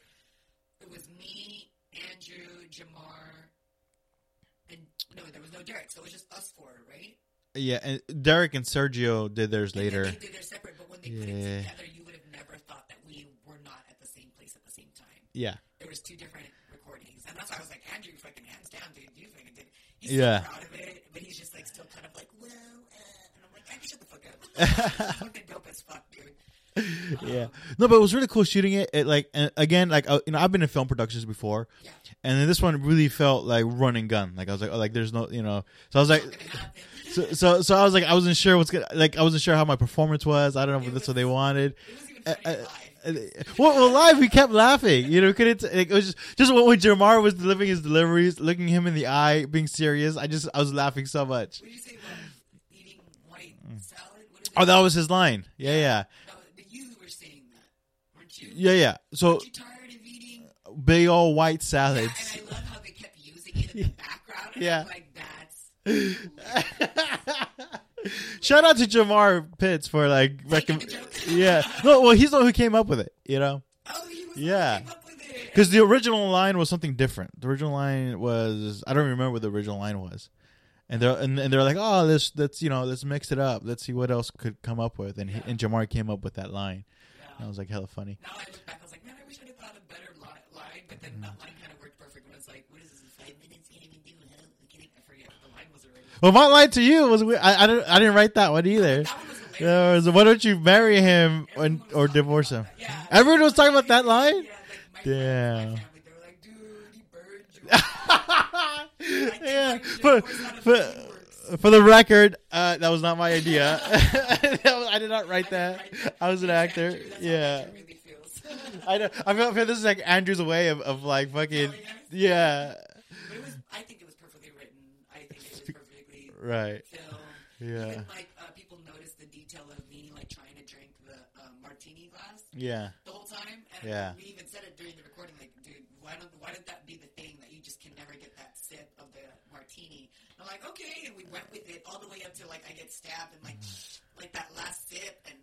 S2: it was me, Andrew, Jamar, and no, there was no Derek, so it was just us four, right?
S1: Yeah, and Derek and Sergio did theirs
S2: And then
S1: later.
S2: they, they're separate, but when they put it
S1: Yeah.
S2: together, you would have never thought that we were not at the same place at the same time.
S1: Yeah.
S2: There was two different recordings, and that's why I was like, Andrew, fucking hands down, dude, you fucking did. it. He's
S1: Yeah.
S2: so proud of it, but he's just like still kind of like, well, uh, and I'm like, Andrew, shut the fuck up. fucking dope as fuck, dude.
S1: yeah no but it was really cool shooting it, it like and again like uh, you know i've been in film productions before
S2: Yeah.
S1: and then this one really felt like run and gun like i was like oh, like there's no you know so i was like
S2: Gonna happen.
S1: so, so so i was like i wasn't sure what's gonna like i wasn't sure how my performance was i don't know if that's what they wanted
S2: It was even
S1: Uh,
S2: funny
S1: uh,
S2: live.
S1: uh, well, well, live we kept laughing. You know, couldn't like, it was just, just when, when Jamar was delivering his deliveries, looking him in the eye, being serious. I just I was laughing so much.
S2: What did you say about eating white salad? What is
S1: Oh,
S2: it?
S1: that was his line. Yeah, yeah,
S2: No, but you were saying that, weren't you?
S1: yeah, yeah. So
S2: Aren't you tired of eating?
S1: big old white
S2: Yeah, and
S1: salads.
S2: I love how they kept using it in the background. And
S1: Oh, Yeah.
S2: I'm like, that's.
S1: Shout out to Jamar Pitts for like
S2: the
S1: recommend.
S2: joke.
S1: Yeah, no, well, he's the one who came up with it, you know,
S2: Oh, he was
S1: Yeah.
S2: Came up with it.
S1: because the original line was something different. The original line was I don't remember what the original line was, and they're and, and they're like, oh, let's let's you know let's mix it up, let's see what else could come up with, and he, and Jamar came up with that line.
S2: Yeah.
S1: And I was like, hella funny.
S2: Now I look back, I was like, man, I wish I'd have thought of a better li- line, but then
S1: Mm.
S2: that line kind of worked perfect. When it's like, what is this? in Five minutes? You didn't even do it. I can't- I forget what the line was already.
S1: Well, my line to you was we- I I didn't I didn't write that one either.
S2: That one was hilarious.
S1: There was, Why don't you marry him and,
S2: Everyone was
S1: or
S2: talking
S1: divorce him?
S2: about that. Yeah.
S1: Everyone was talking about that
S2: Yeah,
S1: line.
S2: like my
S1: Damn.
S2: Friends, my family, they were like, dude, he burned you.
S1: yeah, but but For the record, uh, that was not my idea. That was- I did not write that. I was an actor.
S2: That's how
S1: Yeah.
S2: actor really feels. Oh,
S1: I know. I feel, I feel this is like Andrew's way of, of like fucking.
S2: Telling her.
S1: Yeah.
S2: But it was, I think it was perfectly written. I think it was perfectly
S1: Right.
S2: filmed.
S1: Yeah.
S2: Even like uh, people noticed the detail of me like trying to drink the um, martini glass
S1: Yeah.
S2: the whole time. And
S1: Yeah.
S2: we even said it during the recording, like, dude, why don't why did that be the thing that you just can never get that sip of the martini? And I'm like, okay, and we went with it all the way up to like I get stabbed and like
S1: Mm-hmm.
S2: like that last sip and.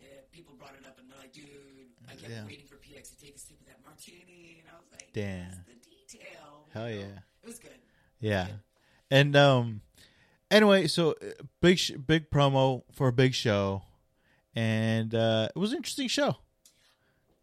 S2: Yeah, people brought it up and they're like, dude, I kept
S1: Yeah.
S2: waiting for PX to take a sip of that martini. And I was like,
S1: Damn.
S2: "That's the detail. you
S1: Hell
S2: know?
S1: yeah.
S2: It was good.
S1: Yeah. And um anyway, so uh, big sh- big promo for a big show and uh it was an interesting show.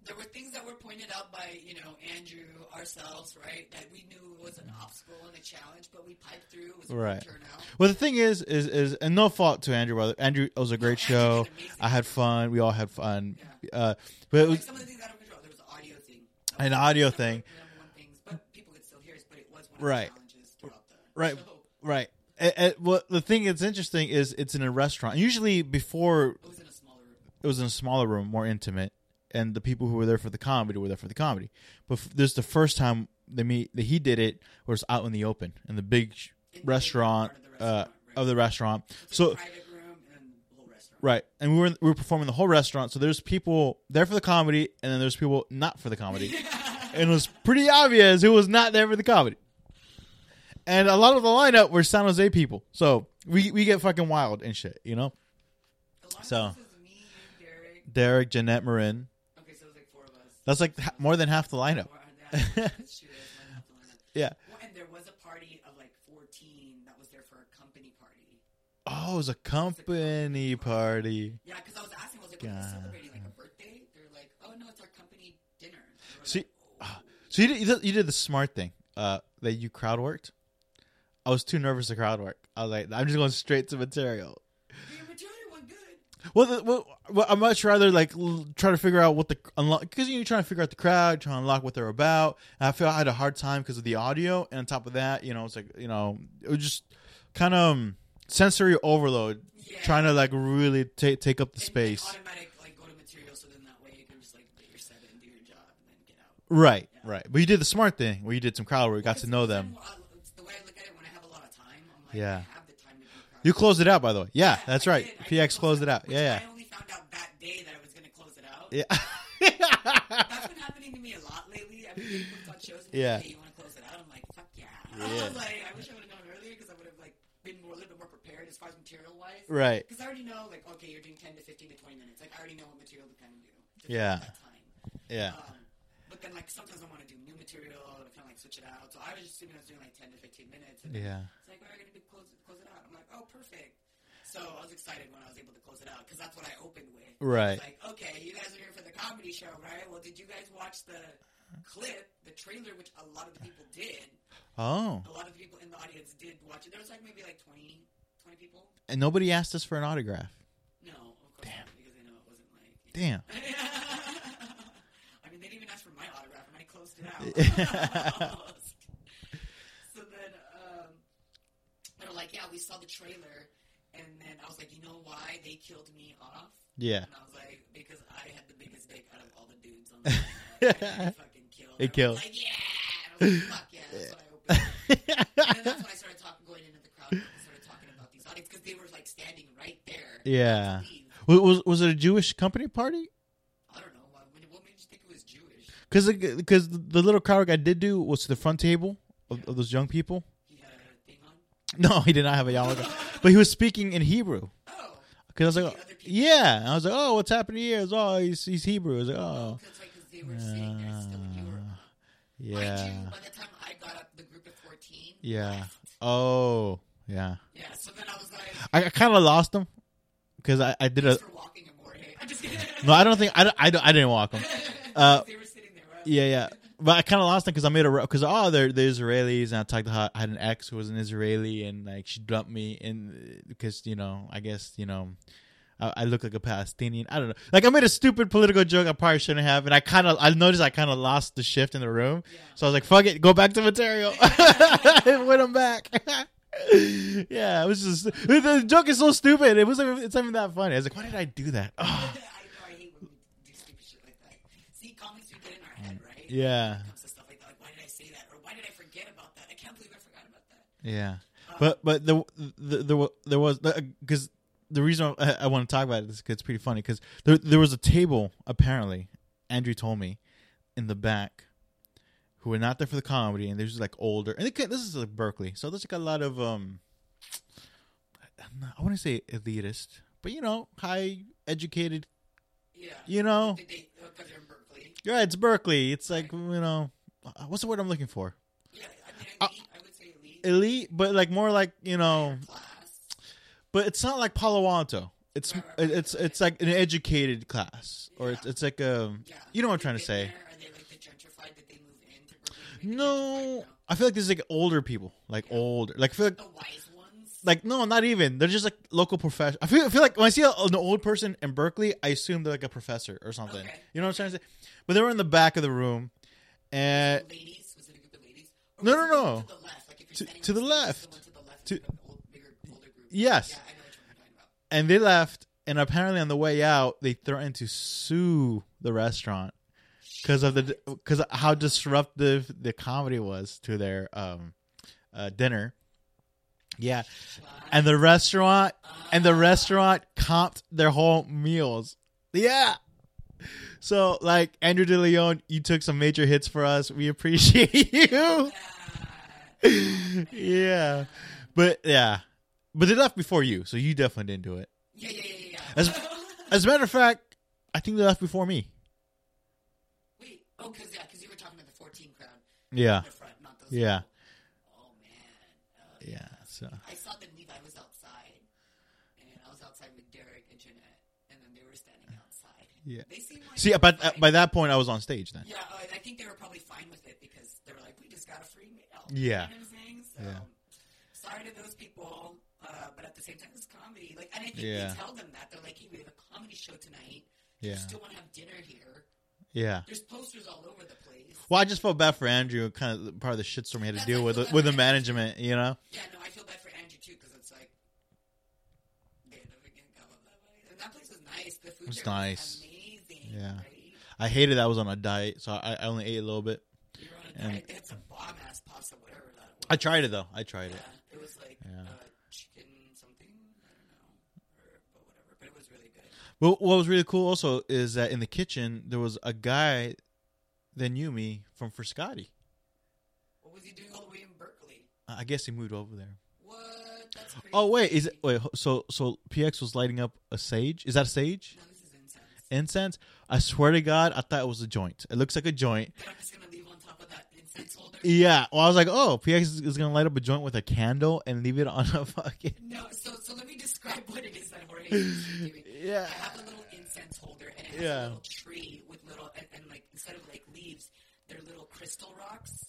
S2: there were things that were pointed out by you know Andrew ourselves, right? That we knew was an obstacle and a challenge, but we piped through. It was a good
S1: Right.
S2: turnout.
S1: Well, the thing is is is and no fault to Andrew brother. Andrew it was a great
S2: No,
S1: show.
S2: Andrew did amazing.
S1: I had fun. We all had fun.
S2: Yeah.
S1: Uh but it
S2: Like
S1: was
S2: some of the things out of control. There was an audio thing,
S1: An audio
S2: Number-
S1: thing.
S2: number one things, but people could still hear us. But it was one of
S1: Right.
S2: the challenges throughout the
S1: Right.
S2: show.
S1: right. And, and what the thing that's interesting is it's in a restaurant. Usually before
S2: It was in a smaller room.
S1: it was in a smaller room, more intimate, and the people who were there for the comedy were there for the comedy. But f- this is the first time they meet that he did it was out in the open in the big sh-
S2: In the big
S1: restaurant,
S2: part of the
S1: uh,
S2: restaurant, right.
S1: of the restaurant.
S2: It's a
S1: So
S2: private room and a whole restaurant.
S1: right, and we were we were performing the whole restaurant. So there's people there for the comedy, and then there's people not for the comedy, and it was pretty obvious who was not there for the comedy. And a lot of the lineup were San Jose people, so we we get fucking wild and shit, you know.
S2: The longest
S1: So-
S2: was me, you, Derek.
S1: Derek, Jeanette Marin.
S2: Okay, so it was like four of us.
S1: That's like ha- more than half the lineup.
S2: Four on that. That's true. That's one half the lineup.
S1: Yeah.
S2: Well, and there was a party of like 14 that was there for a company party.
S1: Oh, it was a company party.
S2: Yeah, because I was asking, I was like, what are
S1: God.
S2: you celebrating? Like a birthday? They're like, oh, no, it's our company dinner. We were
S1: See,
S2: like, oh.
S1: So you did, you did- you did the smart thing uh, that you crowd worked. I was too nervous to crowd work. I was like, I'm just going straight to material.
S2: the material went good.
S1: Well, the, well, well I much rather like l- try to figure out what the unlock because you're trying to figure out the crowd, trying to unlock what they're about. And I feel I had a hard time because of the audio, and on top of that, you know, it's like you know, it was just kind of um, sensory overload,
S2: Yeah.
S1: trying to like really take take up the
S2: And,
S1: space.
S2: Like, automatic, like, go to material, so then that way you can just, like, get your set in, do your job, and then get out.
S1: Right, right. But you did the smart thing where you did some crowd work, got to know them.
S2: The way I look at it, when I have a lot of time, I'm like,
S1: Yeah.
S2: I have the time to do crowd
S1: You
S2: work.
S1: closed it out, by the way. Yeah,
S2: Yeah,
S1: that's
S2: I
S1: right.
S2: did. I did
S1: PX
S2: close
S1: closed it out.
S2: which
S1: Yeah,
S2: I only found out that day that I was going to close it out.
S1: yeah,
S2: That's been happening to me a lot lately. I've been getting booked on shows. And
S1: Yeah.
S2: yeah. Hey, you want to close it out? I'm like, fuck yeah. I
S1: Yeah.
S2: was like, I wish I would have known earlier because I would have like been more, a little bit more prepared as far as material wise.
S1: right.
S2: Because I already know, like, okay, you're doing 10 to 15 to 20 minutes. Like, I already know what material to kind of do. to fill
S1: Yeah.
S2: up That time.
S1: Yeah,
S2: Um, but then, like, sometimes I want to do new material and kind of like switch it out. So I was just assuming I was doing like 10 to 15 minutes. And
S1: yeah.
S2: It's like, we're going to close, close it out. I'm like, oh, perfect. So I was excited when I was able to close it out because that's what I opened with.
S1: Right.
S2: Like, okay, you guys are here for the comedy show, right? Well, did you guys watch the clip, the trailer, which a lot of the people did?
S1: Oh,
S2: A lot of the people in the audience did watch it. There was like maybe like 20, 20 people.
S1: and nobody asked us for an autograph.
S2: No, of course not, because they know it wasn't like.
S1: Damn.
S2: I mean, they didn't even ask for my autograph, and I closed it out. so then um, they're like, "Yeah, we saw the trailer," and then I was like, "You know why they killed me off?"
S1: Yeah,
S2: And I was like, "Because I had the biggest dick out of all the dudes on the lineup. I fucking killed."
S1: It
S2: Everyone
S1: killed.
S2: was Like, yeah. And I was like, "Fuck yeah!" That's what I opened. and then that's when I started talking, going into the crowd, and started talking about these audience because they were like standing right there.
S1: yeah.
S2: Leave.
S1: Was was, was it a Jewish company party?
S2: I don't know. Why- What what made you think it was Jewish?
S1: Because because the little crowd work I did do was to the front table of, of those young people.
S2: He had a thing on.
S1: No, he did not have a autograph, but he was speaking in Hebrew.
S2: Oh,
S1: Because I was like, yeah, And I was like, oh, what's happening here? It's, oh, he's, he's Hebrew. I was like, oh,
S2: because like 'cause they were sitting there still. and You were up. Mind
S1: yeah,
S2: you, by the time I got up, the group of fourteen.
S1: yeah,
S2: left.
S1: oh, yeah.
S2: Yeah. So then I was like,
S1: I, I kind of lost him because I, I did a
S2: thanks for walking and more. Hey, I'm just kidding.
S1: no. I don't think I don't, I, don't, I didn't walk him.
S2: 'Cause they were sitting there. Right?
S1: Yeah, yeah. But I kind of lost him because I made a because oh they're the Israelis and I talked to how I had an ex who was an Israeli and like she dumped me and because you know I guess you know. I I look like a Palestinian. I don't know. Like I made a stupid political joke I probably shouldn't have, and I kind of I noticed I kind of lost the shift in the room.
S2: Yeah.
S1: So I was like, "Fuck it, go back to material." Went him back. yeah, it was just the- the joke is so stupid. It was like, it's not even that funny. I was like, why did I do that?
S2: I
S1: Ugh.
S2: know I hate when we do stupid shit like that. See, comics we get in our head, right?
S1: Yeah,
S2: When it comes to stuff like that, like why did I say that or why did I forget about that? I can't believe I forgot about that.
S1: yeah. But but the, the, there wa- there was because the reason I, I want to talk about it is 'cause it's pretty funny because there there was a table apparently. Andrew told me in the back who were not there for the comedy and they're just like older and they could, this is like Berkeley so there's like a lot of um I'm not- I want to say elitist but you know high educated
S2: Yeah.
S1: you know
S2: Did they because you're in Berkeley?
S1: Yeah, it's Berkeley. It's like you know, what's the word I'm looking for?
S2: Yeah, I mean,
S1: Uh,
S2: elite, I would say elite
S1: Elite, but like more like you know,
S2: class.
S1: but it's not like Palo Alto. It's
S2: Right, right, right.
S1: it's it's like an educated class, or it's it's like um,
S2: Yeah.
S1: you know what I'm
S2: They
S1: trying to
S2: been
S1: say.
S2: there? Are they like the gentrified? Did they move into Berkeley?
S1: No, I feel like there's like older people, like older, like I feel like
S2: The wise ones.
S1: like no, not even. They're just like local profession. I feel I feel like when I see a, an old person in Berkeley, I assume they're like a professor or something.
S2: Okay.
S1: You know what I'm trying to say? But they were in the back of the room, and
S2: ladies? Was it a group of ladies? Or
S1: No,
S2: was it
S1: no, no.
S2: someone To the left, like if you're
S1: To-
S2: standing
S1: to
S2: on
S1: the
S2: stage,
S1: left.
S2: someone to the left.
S1: To-
S2: To the old, bigger, older group.
S1: Yes.
S2: Yeah, I know what you're talking about.
S1: and they left and apparently on the way out they threatened to sue the restaurant because of the because how disruptive the comedy was to their um uh, dinner yeah and the restaurant and the restaurant comped their whole meals yeah so like andrew de leon you took some major hits for us we appreciate you yeah but yeah but they left before you so you definitely didn't do it
S2: Yeah, yeah, yeah, yeah. yeah.
S1: As- as a matter of fact, I think they left before me.
S2: Wait, oh, because yeah, 'cause you were talking about the 14 crowd.
S1: Yeah,
S2: The front, not those
S1: Ah. yeah,
S2: people. Oh, man. Uh,
S1: yeah. So
S2: I saw them leave. I was outside. And I was outside with Derek and Jeanette. And then they were standing outside.
S1: Yeah.
S2: They seemed like
S1: see, but uh,
S2: fine.
S1: by that point, I was on stage then.
S2: Yeah, uh, I think they were probably fine with it because they were like, we just got a free meal.
S1: Yeah.
S2: You know what I'm saying? So,
S1: Yeah.
S2: sorry to those people, uh, but at the same time, it's comedy. Like, and I think
S1: Yeah.
S2: they tell them that. They're like, hey, we have a comedy show tonight.
S1: Yeah.
S2: You still want to have dinner here.
S1: Yeah.
S2: There's posters all over the place.
S1: Well, I just felt bad for Andrew, kind of part of the shitstorm he had to deal with uh, with the management. You know?
S2: Yeah, no, I feel bad for Andrew, too, because it's like, they never can go up that way. And that place is nice. The food
S1: It's
S2: there was
S1: nice.
S2: amazing.
S1: Yeah.
S2: Right?
S1: I hated that I was on a diet, so I, I only ate a little bit.
S2: You're on a
S1: And-
S2: diet. They had some bomb ass pasta, whatever that was.
S1: I tried it though. I tried it.
S2: Yeah, it was like
S1: Yeah.
S2: uh, chicken something. I don't know, or, but whatever. But it was really good.
S1: But what was really cool also is that in the kitchen there was a guy that knew me from Frascati.
S2: What was he doing all the way in Berkeley?
S1: I I guess he moved over there.
S2: What? That's crazy.
S1: Oh wait, is it wait? ho- So so PX was lighting up a sage. Is that a sage?
S2: No, this is incense.
S1: incense. I swear to God, I thought it was a joint. It looks like a joint.
S2: But I'm just gonna leave on top of that incense holder.
S1: Yeah. Well, I was like, oh, PX is, is gonna light up a joint with a candle and leave it on a fucking.
S2: No, so so let me describe what it is that Jorge is doing.
S1: Yeah.
S2: I have a little incense holder, and it has
S1: Yeah.
S2: a little tree with little, and, and like instead of like leaves, they're little crystal rocks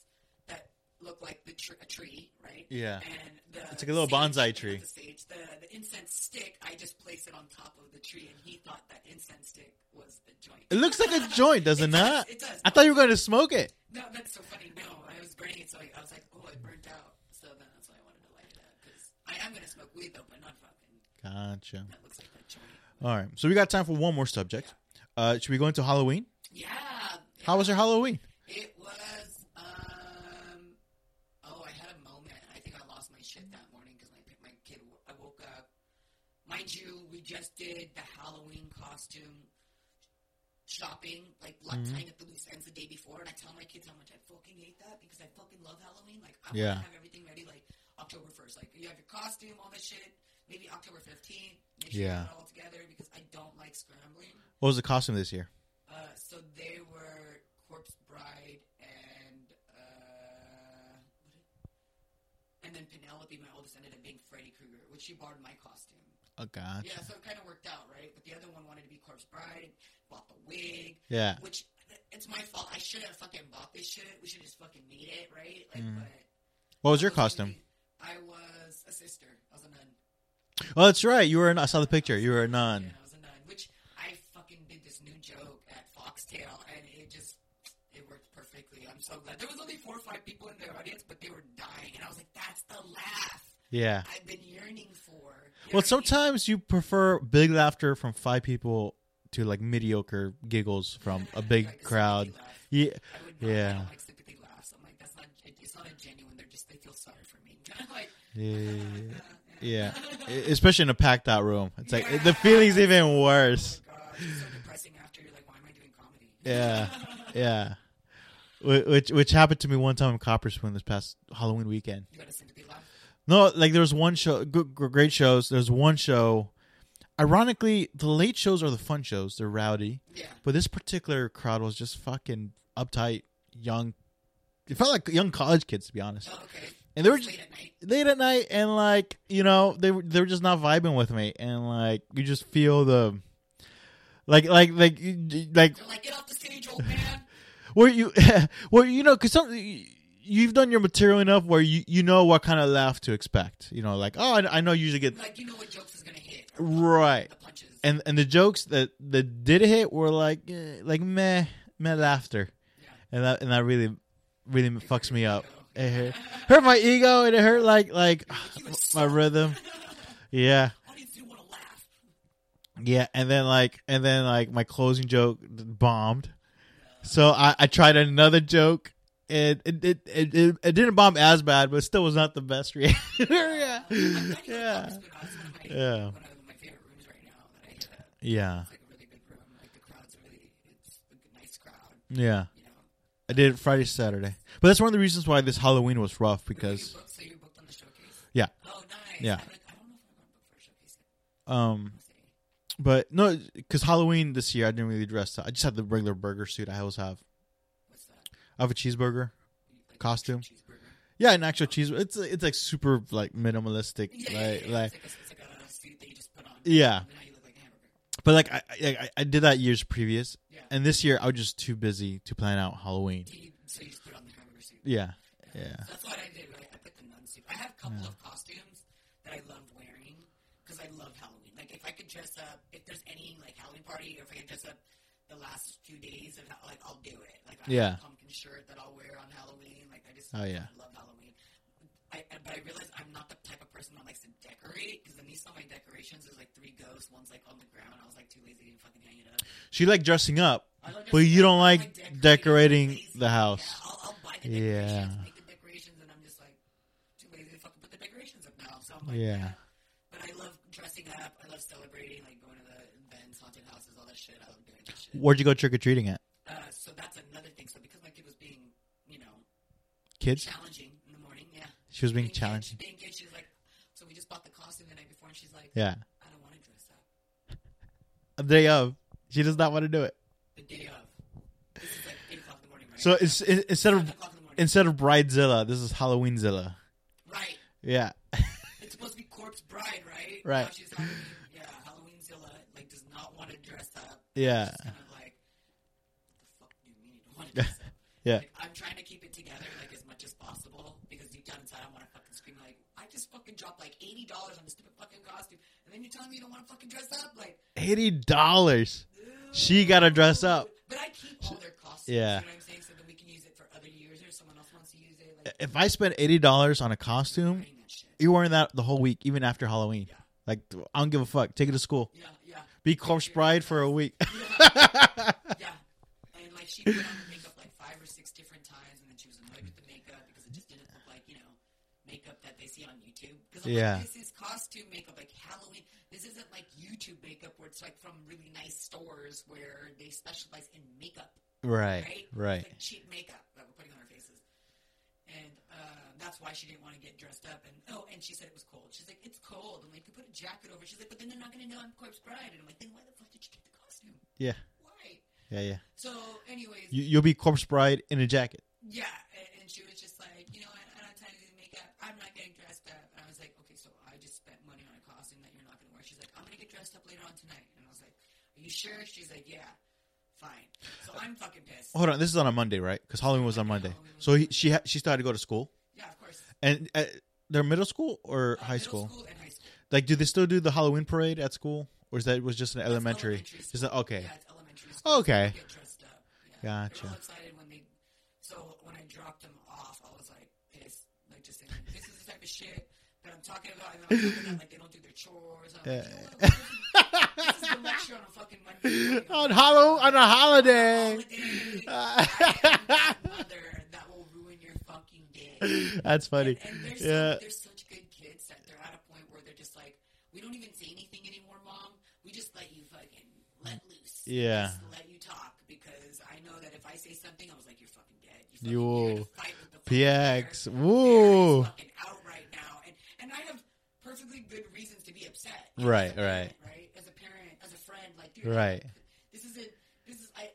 S2: that look like the tr- a tree, right?
S1: Yeah.
S2: And the
S1: It's like a little bonsai
S2: sage- not
S1: tree.
S2: The, sage, the the incense stick, I just place it on top of the tree, and he thought that incense stick was a joint.
S1: It looks like a joint, does it,
S2: It does,
S1: not?
S2: it does.
S1: I thought you were gonna smoke it.
S2: No, that's so funny. No, I was burning it, so I, I was like, oh, it burnt out. So then that's why I wanted to light it up because I am gonna smoke weed though, but not fucking.
S1: Gotcha.
S2: That looks like a joint.
S1: All right. So we got time for one more subject. Uh, should we go into Halloween?
S2: Yeah.
S1: How was your Halloween?
S2: It was. Um. Oh, I had a moment. I think I lost my shit that morning because my my kid. wo- I woke up. Mind you, we just did the Halloween costume shopping, like lot-
S1: Mhm.
S2: tying up the loose ends the day before, and I tell my kids how much I fucking hate that because I fucking love Halloween. Like I
S1: Yeah.
S2: want to have everything ready, like October first. Like you have your costume, all that shit. Maybe October fifteenth. Make sure
S1: Yeah.
S2: you get it all together because I don't like scrambling.
S1: What was the costume this year?
S2: Uh, so they were Corpse Bride and uh, and then Penelope, my oldest, ended up being Freddy Krueger, which she borrowed my costume.
S1: Oh, gotcha.
S2: Yeah, so it kind of worked out, right? But the other one wanted to be Corpse Bride, bought the wig,
S1: Yeah.
S2: which it's my fault. I should have fucking bought this shit. We should just fucking made it, right? Like,
S1: Mhm.
S2: but
S1: What was your
S2: I
S1: costume?
S2: I was a sister. I was a nun.
S1: Oh, that's right. You were. A, I saw the picture. You were a nun.
S2: Yeah, I was a nun, which I fucking did this new joke at Foxtail, and it just it worked perfectly. I'm so glad there was only four or five people in the audience, but they were dying, and I was like, "That's the laugh."
S1: Yeah.
S2: I've been yearning for.
S1: Well,
S2: yearning.
S1: sometimes you prefer big laughter from five people to like mediocre giggles from a
S2: Like
S1: big
S2: sympathy
S1: crowd.
S2: laugh.
S1: Yeah.
S2: I would not, I
S1: Yeah.
S2: don't like sympathy laughs. I'm like, that's not. It's not a genuine. They're just. They feel sorry for me. like, oh
S1: Yeah. Yeah. E, Especially in a packed out room. It's like the feeling's even worse.
S2: oh my gosh, it's so depressing. After you're like, why am I doing comedy?
S1: Yeah. Yeah. Wh- Which which happened to me one time in Copper Spoon this past Halloween weekend.
S2: you got a sympathy laugh.
S1: No, like there was one show, g- g- great shows. There's one show. Ironically, the late shows are the fun shows. They're rowdy,
S2: Yeah.
S1: but this particular crowd was just fucking uptight, young. It felt like young college kids, to be honest.
S2: Oh, okay.
S1: And they were
S2: It's
S1: just
S2: late at night.
S1: late at night, and like you know, they were they were just not vibing with me, and like you just feel the, like like like you- like
S2: They're like, get off the stage, old man.
S1: where you where you know because some you- you've done your material enough where you you know what kind of laugh to expect. You know, like oh, I, I know you usually get
S2: like, you know what jokes is gonna hit. or
S1: right.
S2: The punches.
S1: and and the jokes that that did hit were like eh, like meh meh laughter,
S2: yeah.
S1: and that and that really really fucks me up. It hurt, hurt my ego and it hurt like like my rhythm. Yeah,
S2: Audience didn't want to laugh.
S1: yeah, and then like and then like my closing joke bombed, so I I tried another joke. and it it, it it it didn't bomb as bad, but still was not the best reaction. yeah,
S2: I'm glad you
S1: yeah,
S2: got Copper Spoon. It's One
S1: Yeah.
S2: of my, one of my favorite rooms right now. That I hit up.
S1: yeah,
S2: It's like a really good room. Like the crowd's really. It's a good- nice crowd.
S1: yeah.
S2: You know.
S1: I did it Friday, Saturday, but that's one of the reasons why this Halloween was rough because.
S2: So you booked, so you booked on the showcase.
S1: Yeah.
S2: Oh, nice.
S1: Yeah.
S2: I'm like, I don't know if I'm gonna book for a showcase. yet.
S1: Um,
S2: We'll see.
S1: but no, because Halloween this year I didn't really dress up. I just had the regular burger suit I always have.
S2: What's that?
S1: I have a cheeseburger.
S2: Like
S1: Costume?
S2: Cheeseburger.
S1: Yeah, an actual cheese. It's it's like super like minimalistic,
S2: Yeah, yeah,
S1: like
S2: yeah,
S1: like.
S2: it's like a, it's like a suit that you just put on.
S1: Yeah.
S2: And now you look like a hamburger.
S1: But like I, I I- I did that years previous,
S2: Yeah.
S1: and this year I was just too busy to plan out Halloween.
S2: Do you- so you just put on the hamburger suit.
S1: Yeah, yeah,
S2: That's what I did. Right? I put the nun suit. I have a couple of costumes that I love wearing because I love Halloween. Like if I could dress up, if there's any like Halloween party, or if I could dress up the last few days of Ha- like I'll do it. Like I
S1: Yeah.
S2: have a pumpkin shirt that I'll wear on Halloween. Like I just
S1: Oh, yeah.
S2: I love Halloween. I, I- but I realize I'm not the type of person that likes to decorate because when you saw my decorations, there's like three ghosts, one's like on the ground. I was like too lazy to fucking hang it up.
S1: So you like dressing up,
S2: I love
S1: but
S2: dressing
S1: you
S2: up.
S1: don't
S2: I
S1: like decorating
S2: Lazy.
S1: the house.
S2: Yeah, I'll, I'll buy the
S1: Yeah.
S2: decorations, make the decorations, and I'm just like too lazy to fucking put the decorations up now. So I'm like,
S1: Yeah.
S2: yeah. But I love dressing up. I love celebrating, like going to the events, haunted houses, all that shit. I love doing that shit.
S1: Where'd you go trick or treating at?
S2: Uh, so that's another thing. So because my kid was being, you know,
S1: Kids,
S2: challenging in the morning, yeah,
S1: she was being
S2: kid-
S1: challenging.
S2: being kid, she's like, so we just bought the costume the night before, and she's like,
S1: Yeah,
S2: I don't want to dress up
S1: the day of, she does not want to do it.
S2: the day of. This is like eight o'clock in the morning, right?
S1: So it's, it, instead
S2: Seven
S1: of
S2: o'clock in the morning.
S1: instead of Bridezilla, this is Halloweenzilla.
S2: right.
S1: Yeah,
S2: It's supposed to be Corpse Bride, right?
S1: Right.
S2: Now she's Halloween. Yeah, Halloweenzilla like does not want to dress up.
S1: yeah,
S2: She's kind of like, what the fuck do you mean you don't want to dress up?
S1: Yeah.
S2: Like, I'm trying to keep it together like as much as possible because deep down inside I want to fucking scream like, I just fucking dropped like eighty dollars on this stupid fucking costume, and then you're telling me you don't want to fucking dress up like.
S1: eighty dollars. She gotta dress up.
S2: But I keep all their costumes.
S1: Yeah.
S2: You know what I'm saying? So that we can use it for other years or someone else wants to use it. Like,
S1: If I spend eighty dollars on a costume,
S2: buying that shit.
S1: you're wearing that the whole week, even after Halloween. Like I don't give a fuck. Take it to school.
S2: Yeah, yeah.
S1: Be corpse bride for a week.
S2: Yeah. And like she put on the makeup like five or six different times, and then she was annoyed with the makeup because it just didn't look like you know makeup that they see on YouTube. Because
S1: Yeah.
S2: like, this is costume makeup, like Halloween. This isn't like YouTube makeup where it's like from really nice stores where they specialize in makeup,
S1: right,
S2: right?
S1: right.
S2: It's like cheap makeup that we're putting on our faces. And uh, that's why she didn't want to get dressed up. And oh, and she said it was cold. She's like, it's cold. I'm like, you put a jacket over. She's like, but then they're not going to know I'm corpse bride. And I'm like, then why the fuck did you get the costume?
S1: Yeah,
S2: Why?
S1: yeah, yeah.
S2: So, anyways,
S1: You, you'll be corpse bride in a jacket.
S2: yeah, and, and she was just like, you know what, I don't have time to do makeup. I'm not getting dressed up. And I was like, okay, so I just spent money on a costume that you're not going to wear. She's like, I'm going to get dressed up later on tonight. And I was like, are you sure? She's like, yeah, fine. So
S1: Uh,
S2: I'm fucking pissed.
S1: Hold on, this is on a Monday, right? Because Halloween was on Monday, so he, she ha- she started to go to school.
S2: Yeah, of course.
S1: And uh, they're middle school or
S2: Uh,
S1: high
S2: middle
S1: school?
S2: and high school. That's
S1: Like, do they still do the Halloween parade at school, or is that it was just an elementary?
S2: school.
S1: Is that okay?
S2: Yeah, it's elementary school.
S1: Okay.
S2: They Get dressed up. Yeah.
S1: Gotcha.
S2: They were all excited when they. So when I dropped them off, I was like pissed. Like just saying, this is the type of shit that I'm talking about. And I'm talking about, like, they don't do their chores. I'm like, you know what? This is the lecture on a fucking Monday.
S1: on hollow on a holiday.
S2: Mother, that will ruin your fucking day.
S1: That's funny.
S2: And, and there's,
S1: Yeah.
S2: some, there's such good kids that they're at a point where they're just like, we don't even say anything anymore, mom. We just let you fucking let loose. We
S1: Yeah.
S2: Just let you talk because I know that if I say something, I was like, you're fucking dead. You fucking,
S1: You
S2: you're
S1: will.
S2: gonna fight with the fucking
S1: PX.
S2: bear.
S1: Woo.
S2: Bear is fucking out right now, and and I have perfectly good reasons to be upset.
S1: Right,
S2: as a parent, right. As a parent, as a friend, like dude,
S1: Right.
S2: This isn't. This is I.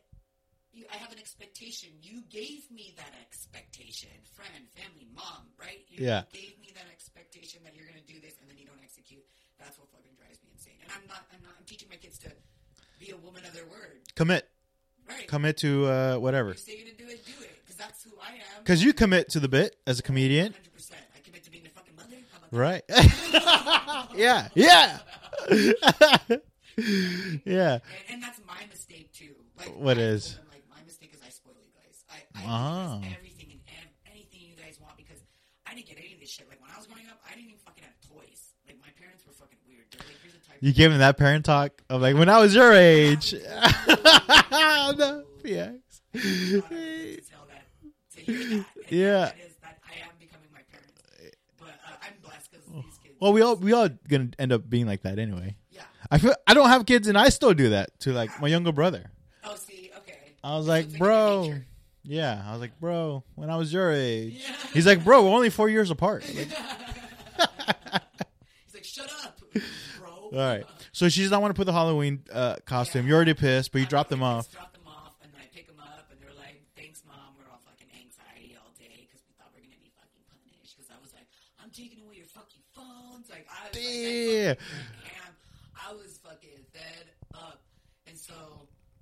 S2: You, I have an expectation. You gave me that expectation, friend, family, mom, right? You
S1: Yeah.
S2: gave me that expectation that you're going to do this, and then you don't execute. That's what fucking drives me insane. And I'm not. I'm not. I'm teaching my kids to be a woman of their word,
S1: Commit.
S2: right?
S1: Commit to uh, whatever.
S2: You say you're going to do it, do it, because that's who I am.
S1: Because you commit to the bit as a comedian.
S2: 100%. I commit to being a fucking mother. How about that?
S1: Right. yeah. Yeah. yeah.
S2: And, and that's my mistake too. Like
S1: What
S2: I
S1: is? Ah.
S2: told them, like my mistake is I spoil you guys. I, I
S1: Wow.
S2: do everything and ev- anything you guys want because I didn't get any of this shit. Like when I was growing up, I didn't even fucking have toys. Like my parents were fucking weird. They're like, here's a type.
S1: You gave him that parent talk of like when I was your age. no,
S2: No.
S1: PX.
S2: I thought I was meant to tell that to hear that. And
S1: Yeah.
S2: That is that I am becoming my parents. But uh, I'm blessed because these kids.
S1: Well, we all we all gonna end up being like that anyway.
S2: Yeah.
S1: I feel I don't have kids and I still do that to like my younger brother.
S2: Oh, see, okay.
S1: I was
S2: So
S1: like,
S2: it's in your
S1: bro.
S2: nature.
S1: Yeah, I was like, bro. When I was your age,
S2: Yeah.
S1: he's like, bro. We're only four years apart. Like,
S2: He's like, shut up, bro.
S1: all right. So she does not want to put the Halloween uh, costume. You're already pissed, but you
S2: I
S1: dropped
S2: don't
S1: them
S2: know, I
S1: off.
S2: just dropped them off, and then I pick them up, and they're like, "Thanks, mom. We're all fucking anxiety all day because we thought we are gonna be fucking punished." Because I was like, "I'm taking away your fucking phones." Like I was
S1: Damn.
S2: like, I fucking went ham. I was fucking fed up, and so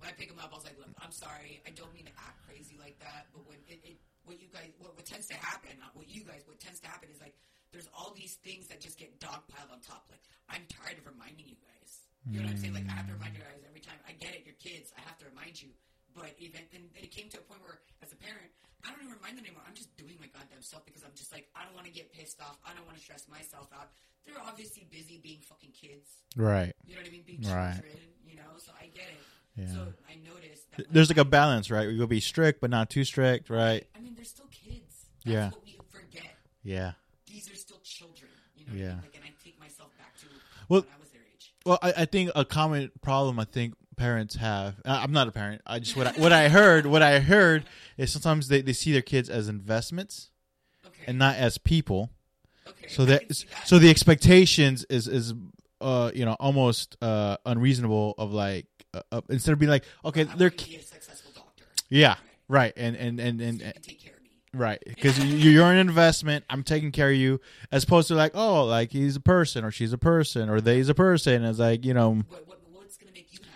S2: when I pick them up, I was like, "Look, I'm sorry. I don't mean to act crazy like that, but when it, it what you guys what, what tends to happen, not what you guys, what tends to happen is like." There's all these things that just get dogpiled on top. Like, I'm tired of reminding you guys. You know what I'm saying? Like I have to remind you guys every time. I get it, your kids. I have to remind you. But even and it came to a point where, as a parent, I don't even remind them anymore. I'm just doing my goddamn stuff because I'm just like I don't want to get pissed off. I don't want to stress myself out. They're obviously busy being fucking kids.
S1: Right.
S2: You know what I mean? Being
S1: Right.
S2: children. You know, so I get it.
S1: Yeah.
S2: So I noticed that
S1: There's like a balance, right? You'll be strict but not too strict, right?
S2: I mean, they're still kids. That's
S1: Yeah.
S2: what we forget.
S1: Yeah.
S2: These are still children. You know. what I
S1: Yeah.
S2: mean? Like, and I take myself back to
S1: Well-
S2: when I was their age.
S1: Well, I, I think a common problem I think parents have. I- I'm not a parent. I just what I, what I heard. What I heard is sometimes they, they see their kids as investments
S2: Okay.
S1: and not as people.
S2: okay.
S1: So
S2: I
S1: that,
S2: can see that.
S1: so the expectations is is uh you know almost uh unreasonable of like uh, uh, instead of being like okay
S2: I
S1: they're
S2: want to
S1: ki-
S2: be a successful doctor.
S1: yeah right and and and
S2: And,
S1: and,
S2: you can take care of me.
S1: right because you're an investment I'm taking care of you as opposed to like oh like he's a person or she's a person or they's a person it's like you know
S2: What, what, what's going to make you happy?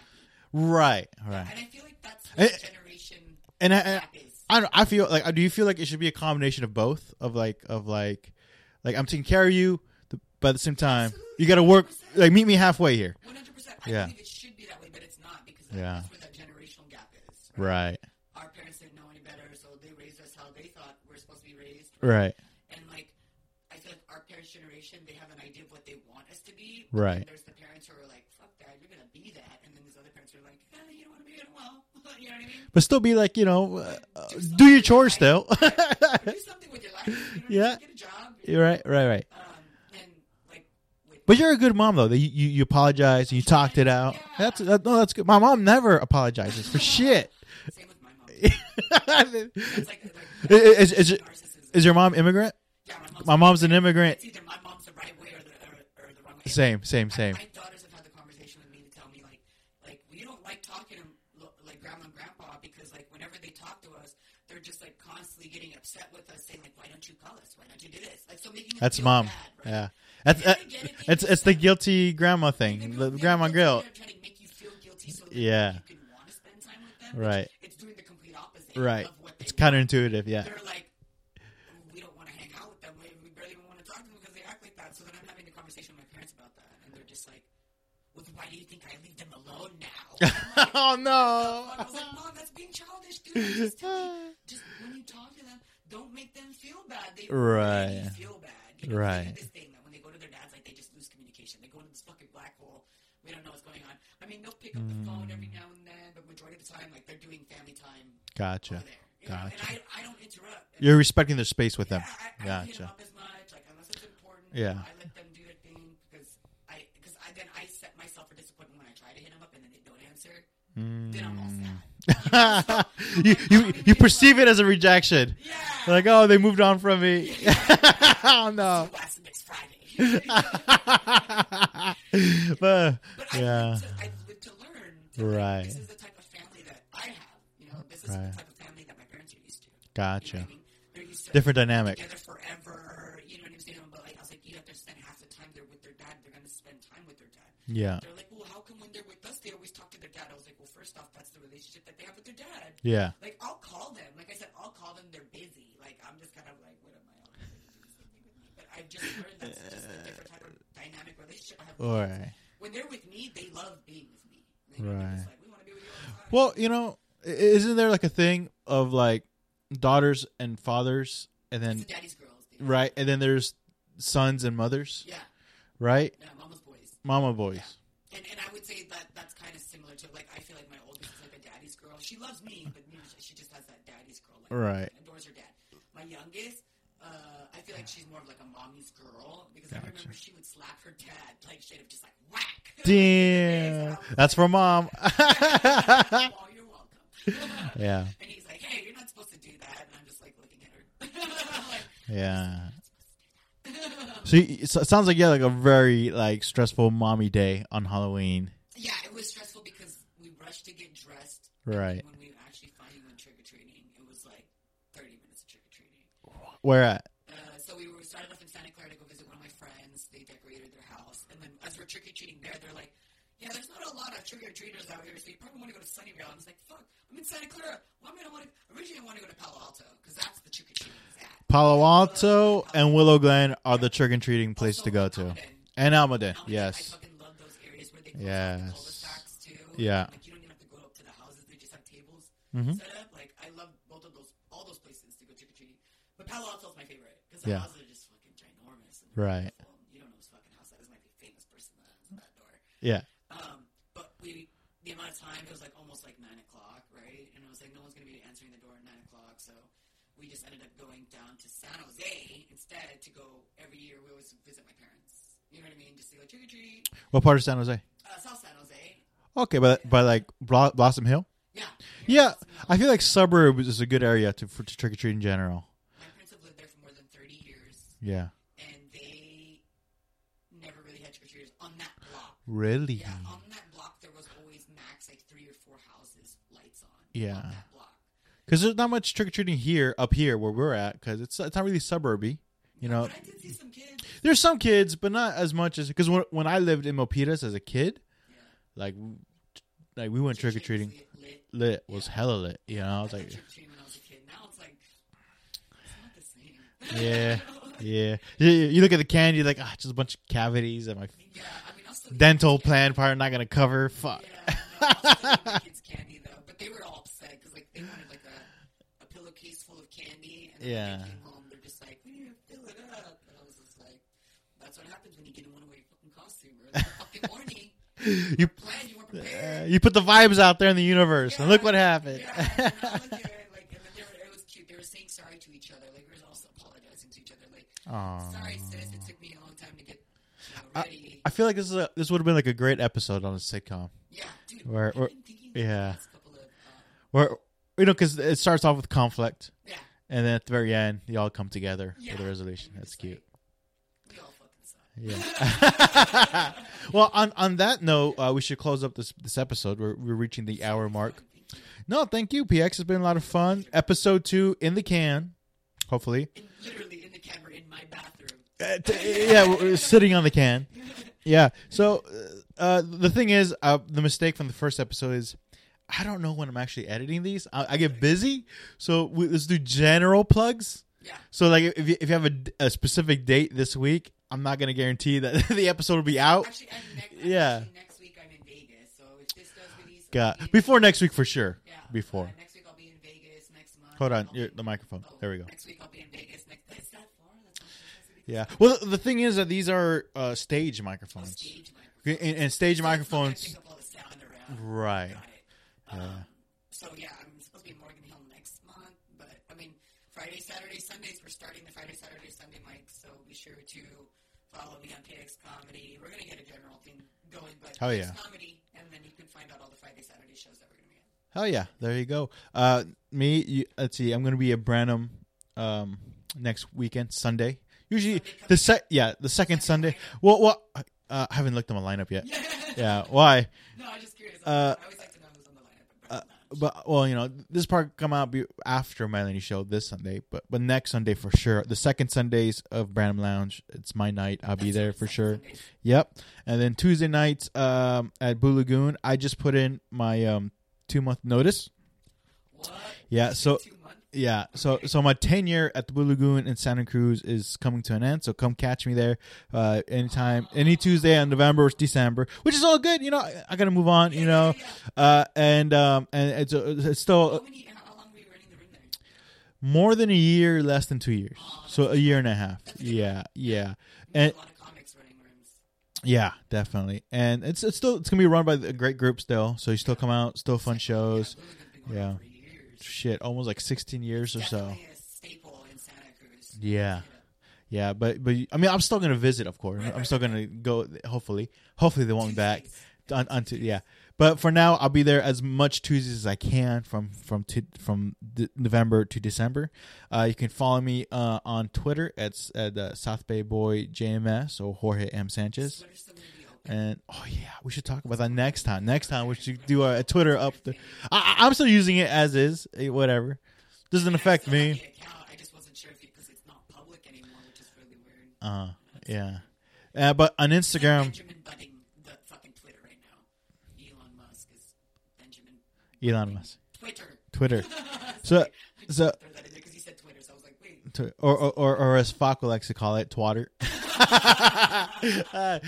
S1: right right
S2: And I feel like that's what
S1: Eh,
S2: the generation
S1: and I, I-
S2: gap is.
S1: I don't, I feel like uh, do you feel like it should be a combination of both of like of like like I'm taking care of you th- but at the same time you got to work like meet me halfway here
S2: 100%.
S1: yeah.
S2: I believe it should be that way, but it's not because that-
S1: Yeah.
S2: that's where that generational gap is. Right?
S1: right
S2: Our parents didn't know any better, so they raised us how they thought we are supposed to be raised.
S1: right
S2: And, like, I feel like our parents' generation, they have an idea of what they want us to be.
S1: Right.
S2: And there's the parents who are like, fuck that, you're going to be that. And then there's other parents who are like, eh, you don't want to be it? Well, you know what I mean?
S1: but still be like you know uh, uh,
S2: Do something
S1: do your
S2: with
S1: chores
S2: your
S1: still
S2: life. Right. do something with your life. You know what I mean?
S1: Yeah.
S2: Get a job.
S1: You're right right right
S2: Um, and, like, with
S1: but you're a good mom though that you, you, you apologize and you talked it out that's that, no that's good my mom never apologizes for shit
S2: Same with my mom.
S1: is,
S2: It's like, like
S1: is, is, your-
S2: narcissism.
S1: is your mom immigrant
S2: yeah, my mom's,
S1: my mom's an immigrant
S2: It's either my mom's the right way or the, or, or the wrong way.
S1: same same same
S2: My, my daughters have had the conversation with me to tell me like, like we don't like talking to lo- like grandma and grandpa because like whenever they talk to us, they're just like constantly getting upset with us, saying like, why don't you call us? Why don't you do this? Like so making us
S1: That's
S2: feel
S1: mom.
S2: Bad, right?
S1: Yeah. That's
S2: Yeah,
S1: that,
S2: I get it.
S1: it's it's the guilty grandma thing.
S2: Maybe
S1: The
S2: we'll-
S1: grandma
S2: maybe
S1: guilt.
S2: they're trying to make you feel guilty so that
S1: Yeah.
S2: you can want to spend time with them, but
S1: Right.
S2: It's doing the complete opposite.
S1: Right.
S2: Of what they
S1: It's counterintuitive, yeah.
S2: they're like, we don't want to hang out with them. We we barely even want to talk to them because they act like that. So then I'm having a conversation with my parents about that, and they're just like, well, why do you think I leave them alone now?
S1: oh
S2: I was like,
S1: no.
S2: Mom, that's being childish, dude. Like, Just, tell me, just when you talk to them, don't make them feel bad. They
S1: Right.
S2: already feel bad. You know,
S1: Right.
S2: They do this thing that when they We don't know what's going on. I mean, they'll pick up the phone
S1: Mm.
S2: every now and then, but majority of the time, like they're doing family time
S1: Gotcha.
S2: over there. You know?
S1: Gotcha.
S2: And I, I don't interrupt. And
S1: You're respecting their space with them.
S2: yeah, I, I don't hit 'em
S1: Gotcha.
S2: up as much, like unless it's important.
S1: Yeah.
S2: I let them do their thing because I because I then I set myself for disappointment when I try to hit them up and then they don't answer. Then I'm all sad.
S1: Mm. you, you you perceive it as a rejection.
S2: Yeah.
S1: Like, oh, they moved on from me. oh no.
S2: Well, that's next Friday.
S1: but
S2: but
S1: yeah,
S2: I've, lived to, I've lived to learn. That like,
S1: Right.
S2: This is the type of family that I have. You know, this is
S1: Right.
S2: the type of family that my parents are used to. You know
S1: gotcha.
S2: what I mean? They're used to
S1: Different dynamic.
S2: together forever. You know what I'm saying? But like, I was like, you have to spend half the time they're with their dad. They're gonna spend time with their dad.
S1: Yeah,
S2: They're like, well, how come when they're with us, they always talk to their dad? I was like, well, first off, that's the relationship that they have with their dad.
S1: yeah.
S2: Like, I'll call them. Like I said, I'll call them. They're busy. Like, I'm just kind of like, what am I? on? But I've just learned that's just a different type of dynamic relationship. I have with
S1: All
S2: kids.
S1: right.
S2: When they're with me, they love being with me. They know, they're just
S1: Right.
S2: like, we want to be with you all the time.
S1: Well, you know, i- isn't there like a thing of like daughters and fathers, and
S2: it's
S1: then
S2: the daddy's girls. Dude.
S1: right, and then there's sons and mothers,
S2: Yeah.
S1: right?
S2: Yeah, mama's boys.
S1: Mama boys.
S2: And, and I would say that that's kind of similar to like I feel like my oldest is like a daddy's girl. She loves me, but you know, she- she just has that daddy's girl. Like,
S1: Right.
S2: Adores her dad. My youngest, uh, I feel like she's more of like a mommy's girl because I remember she would slap her dad like straight up, just like whack.
S1: Damn, that's for mom.
S2: well, you're welcome.
S1: yeah,
S2: And he's like, hey, you're not supposed to do that. And I'm just like looking at her. like,
S1: yeah. So y- so it sounds like you had like a very like stressful mommy day on Halloween.
S2: yeah, it was stressful because we rushed to get dressed.
S1: Right.
S2: When we actually finally went trick or treating, it was like 30 minutes of trick or treating.
S1: Where at?
S2: Uh, so we were started off in Santa Clara to go visit one of my friends. They decorated their house, and then as we're trick or treating there, they're like, "Yeah, there's not a lot of trick or treaters out here, so you probably want to go to Sunnyvale." And it's like, "Fuck, I'm in Santa Clara. Why am I want to? Originally, I want to go to Palo Alto because that's the trick or treating is at."
S1: Palo Alto and Willow Glen are the trick and treating place
S2: Also,
S1: to go to.
S2: Almaden.
S1: And Almaden,
S2: Almaden,
S1: yes.
S2: I fucking love those areas where they close
S1: Yes.
S2: yes. the cul-de-sacs too.
S1: Yeah.
S2: Like you don't even have to go up to the houses; they just have tables
S1: Mhm.
S2: set up. Like I love both of those, all those places to go trick or treating. But Palo Alto is my favorite because the
S1: Yeah.
S2: houses are just fucking ginormous. And they're
S1: Right.
S2: beautiful. You don't know this fucking house. That is my famous person that owns that door.
S1: Yeah.
S2: Um, but we, the amount of time, it was like almost like 9 o'clock, right? And I was like, no one's going to be answering the door at 9 o'clock. So we just ended up going down to San Jose instead to go every year. We always visit my parents. You know what I mean? Just to go trick or treat.
S1: What part of San Jose?
S2: Uh, South San Jose.
S1: Okay, but by like Blo- Blossom Hill.
S2: Yeah.
S1: Yeah, I feel like suburbs is a good area to for to trick or treat in general.
S2: My parents have lived there for more than 30 years,
S1: Yeah.
S2: and they never really had trick or treaters on that block.
S1: Really?
S2: Yeah, on that block, there was always max like three or four houses lights on.
S1: Yeah.
S2: On that block.
S1: Because there's not much trick or treating here up here where we're at because it's it's not really suburby. You know,
S2: But I did see some kids.
S1: there's some kids, but not as much as because when when I lived in Milpitas as a kid,
S2: Yeah.
S1: like w- like we went trick or treating. Lit was hella lit. You know, I was like, yeah, yeah. You, you look at the candy, like ah, just a bunch of cavities and my
S2: Yeah, I mean, I'll still eat
S1: dental
S2: kids'
S1: plan
S2: candy.
S1: part not gonna cover. Fuck.
S2: Yeah, no, I'll still eat my kids' candy though, but they were all upset because like they wanted like a, a pillowcase full of candy, and then when
S1: Yeah.
S2: they came home, they're just like, we need to fill it up, and I was just like, that's what happens when you get in one of your fucking costume or the fucking morning.
S1: You
S2: Plan you weren't
S1: uh,
S2: prepared.
S1: you put the vibes out there in the universe, and look what happened.
S2: Yeah, and I look at it, like, and then they were, it was cute. They were saying sorry to each other. Like, we were also apologizing to each other. Like,
S1: Aw.
S2: sorry, sis, it took me a long time to get you
S1: Uh,
S2: know, ready.
S1: I feel like this is a, this would have been like a great episode on a sitcom,
S2: yeah, dude.
S1: Where-
S2: I've
S1: where-
S2: been thinking about
S1: yeah.
S2: the last couple of, um,
S1: where you know because it starts off with conflict,
S2: yeah,
S1: and then at the very end, you all come together
S2: yeah.
S1: for the resolution.
S2: And we're
S1: That's
S2: just
S1: cute.
S2: like, we all fucking suck.
S1: Yeah. well, on on that note, uh, we should close up this this episode. We're we're reaching the hour mark. No, thank you, PX. It's been a lot of fun. Episode two in the can, hopefully.
S2: And literally in the camera in my bathroom.
S1: Uh, t- yeah, we're we're sitting on the can. Yeah. So uh, uh, the thing is, uh, the mistake from the first episode is. I don't know when I'm actually editing these. I, I get busy, so we, let's do general plugs.
S2: Yeah.
S1: So, like, if you, if you have a, d- a specific date this week, I'm not gonna guarantee that the episode will be out.
S2: Actually, I'm next,
S1: Yeah.
S2: actually, next week I'm in Vegas, so if this does release, I'll
S1: Got
S2: be in-
S1: before next week for sure.
S2: Yeah.
S1: Before.
S2: Uh, next week I'll be in Vegas. Next month.
S1: Hold on,
S2: I'll
S1: your,
S2: be-
S1: the microphone.
S2: Oh,
S1: There we go.
S2: Next week I'll be in Vegas. Next. That's that far. That's not- that's not-
S1: Yeah. Well, the thing is that these are uh, stage
S2: that's
S1: microphones.
S2: Stage microphone.
S1: and, and stage
S2: I
S1: microphones.
S2: pick up all the sound around.
S1: Right.
S2: Got it. Um,
S1: Yeah.
S2: So yeah, I'm supposed to be in Morgan Hill next month, but I mean Friday, Saturday, Sundays. We're starting the Friday, Saturday, Sunday mic, so be sure to follow me on PX Comedy. We're gonna get a general thing going, but
S1: Oh,
S2: PX
S1: yeah.
S2: Comedy, and then you can find out all the Friday, Saturday shows that we're gonna be at.
S1: Hell yeah, there you go. Uh, me, you, let's see. I'm gonna be at Branham um, next weekend, Sunday. Usually the sec, yeah, the second Sunday. Well, well, uh, I haven't looked at my lineup yet. Yeah, why?
S2: no, I'm just curious.
S1: Uh,
S2: I always like to know who's on the lineup. But
S1: Uh,
S2: Brad's not.
S1: but well, you know, this part come out be- after Melanie show this Sunday, but but next Sunday for sure. The second Sundays of Branham Lounge, it's my night. I'll be
S2: That's
S1: there
S2: always
S1: for
S2: on
S1: sure.
S2: Sundays.
S1: Yep. And then Tuesday nights um, at Blue Lagoon, I just put in my um, two month notice.
S2: What?
S1: Yeah. So
S2: Two months?
S1: yeah. So so my tenure at the Blue Lagoon in Santa Cruz is coming to an end. So come catch me there uh, anytime, any Tuesday in November or December, which is all good. You know, I, I gotta move on. You know, uh, and um, and it's it's
S2: How
S1: still
S2: many? How long were you running the room there?
S1: more than a year, less than two years. So a year and a half. Yeah. Yeah. And
S2: a lot of comics running rooms.
S1: Yeah, definitely. And it's it's still it's gonna be run by a great group still. So you still come out, still fun shows. yeah.
S2: Yeah. Blue's been going on for years.
S1: Shit, almost like sixteen years or so.
S2: Definitely a staple in Santa Cruz.
S1: Yeah, yeah. But but you- I mean, I'm still gonna visit, of course. I'm still gonna go. Hopefully, hopefully they won't be back. On, on to, yeah. But for now, I'll be there as much Tuesdays as I can from from t- from d- November to December. Uh, you can follow me uh, on Twitter at, s- at uh, South Bay Boy JMS or Jorge M Sanchez.
S2: What are some of the open?
S1: And oh yeah, we should talk about that next time. Next time we should do a, a Twitter up. The, I, I- I'm still using it as is. eh, Whatever, doesn't affect
S2: I still have
S1: me.
S2: the account, I just wasn't sure if because it's not public anymore, which is really weird.
S1: Uh, yeah, uh, but on Instagram,
S2: Benjamin Budding, the fucking Twitter right now. Elon Musk is Benjamin
S1: Elon Musk,
S2: Twitter.
S1: Twitter. So
S2: Sorry.
S1: so
S2: Throw that in there because you said Twitter, so I was like, wait.
S1: tw- or or or, or as Faco likes to call it, twatter. uh,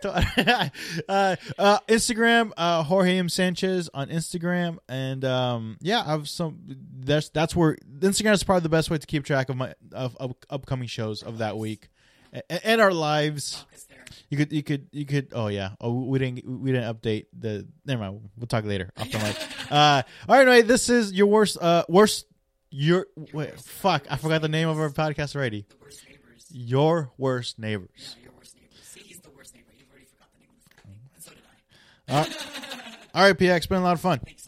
S1: tw- uh, uh, Instagram, uh, Jorge M Sanchez on Instagram, and um, yeah, I've some. That's that's where Instagram is probably the best way to keep track of my of, of upcoming shows of that week, and, and our lives.
S2: Fuck us there.
S1: You could you could you could. Oh yeah, oh we didn't we didn't update the. Never mind. We'll talk later off the mic. Uh, all right, anyway, this is your worst uh worst your wait fuck I forgot the name of our podcast already.
S2: The worst neighbors.
S1: Your worst neighbors.
S2: Yeah, your worst neighbors. See, he's the worst neighbor. You've already forgot the name of this guy. And so did I.
S1: All right, PX, been a lot of fun.
S2: Thanks.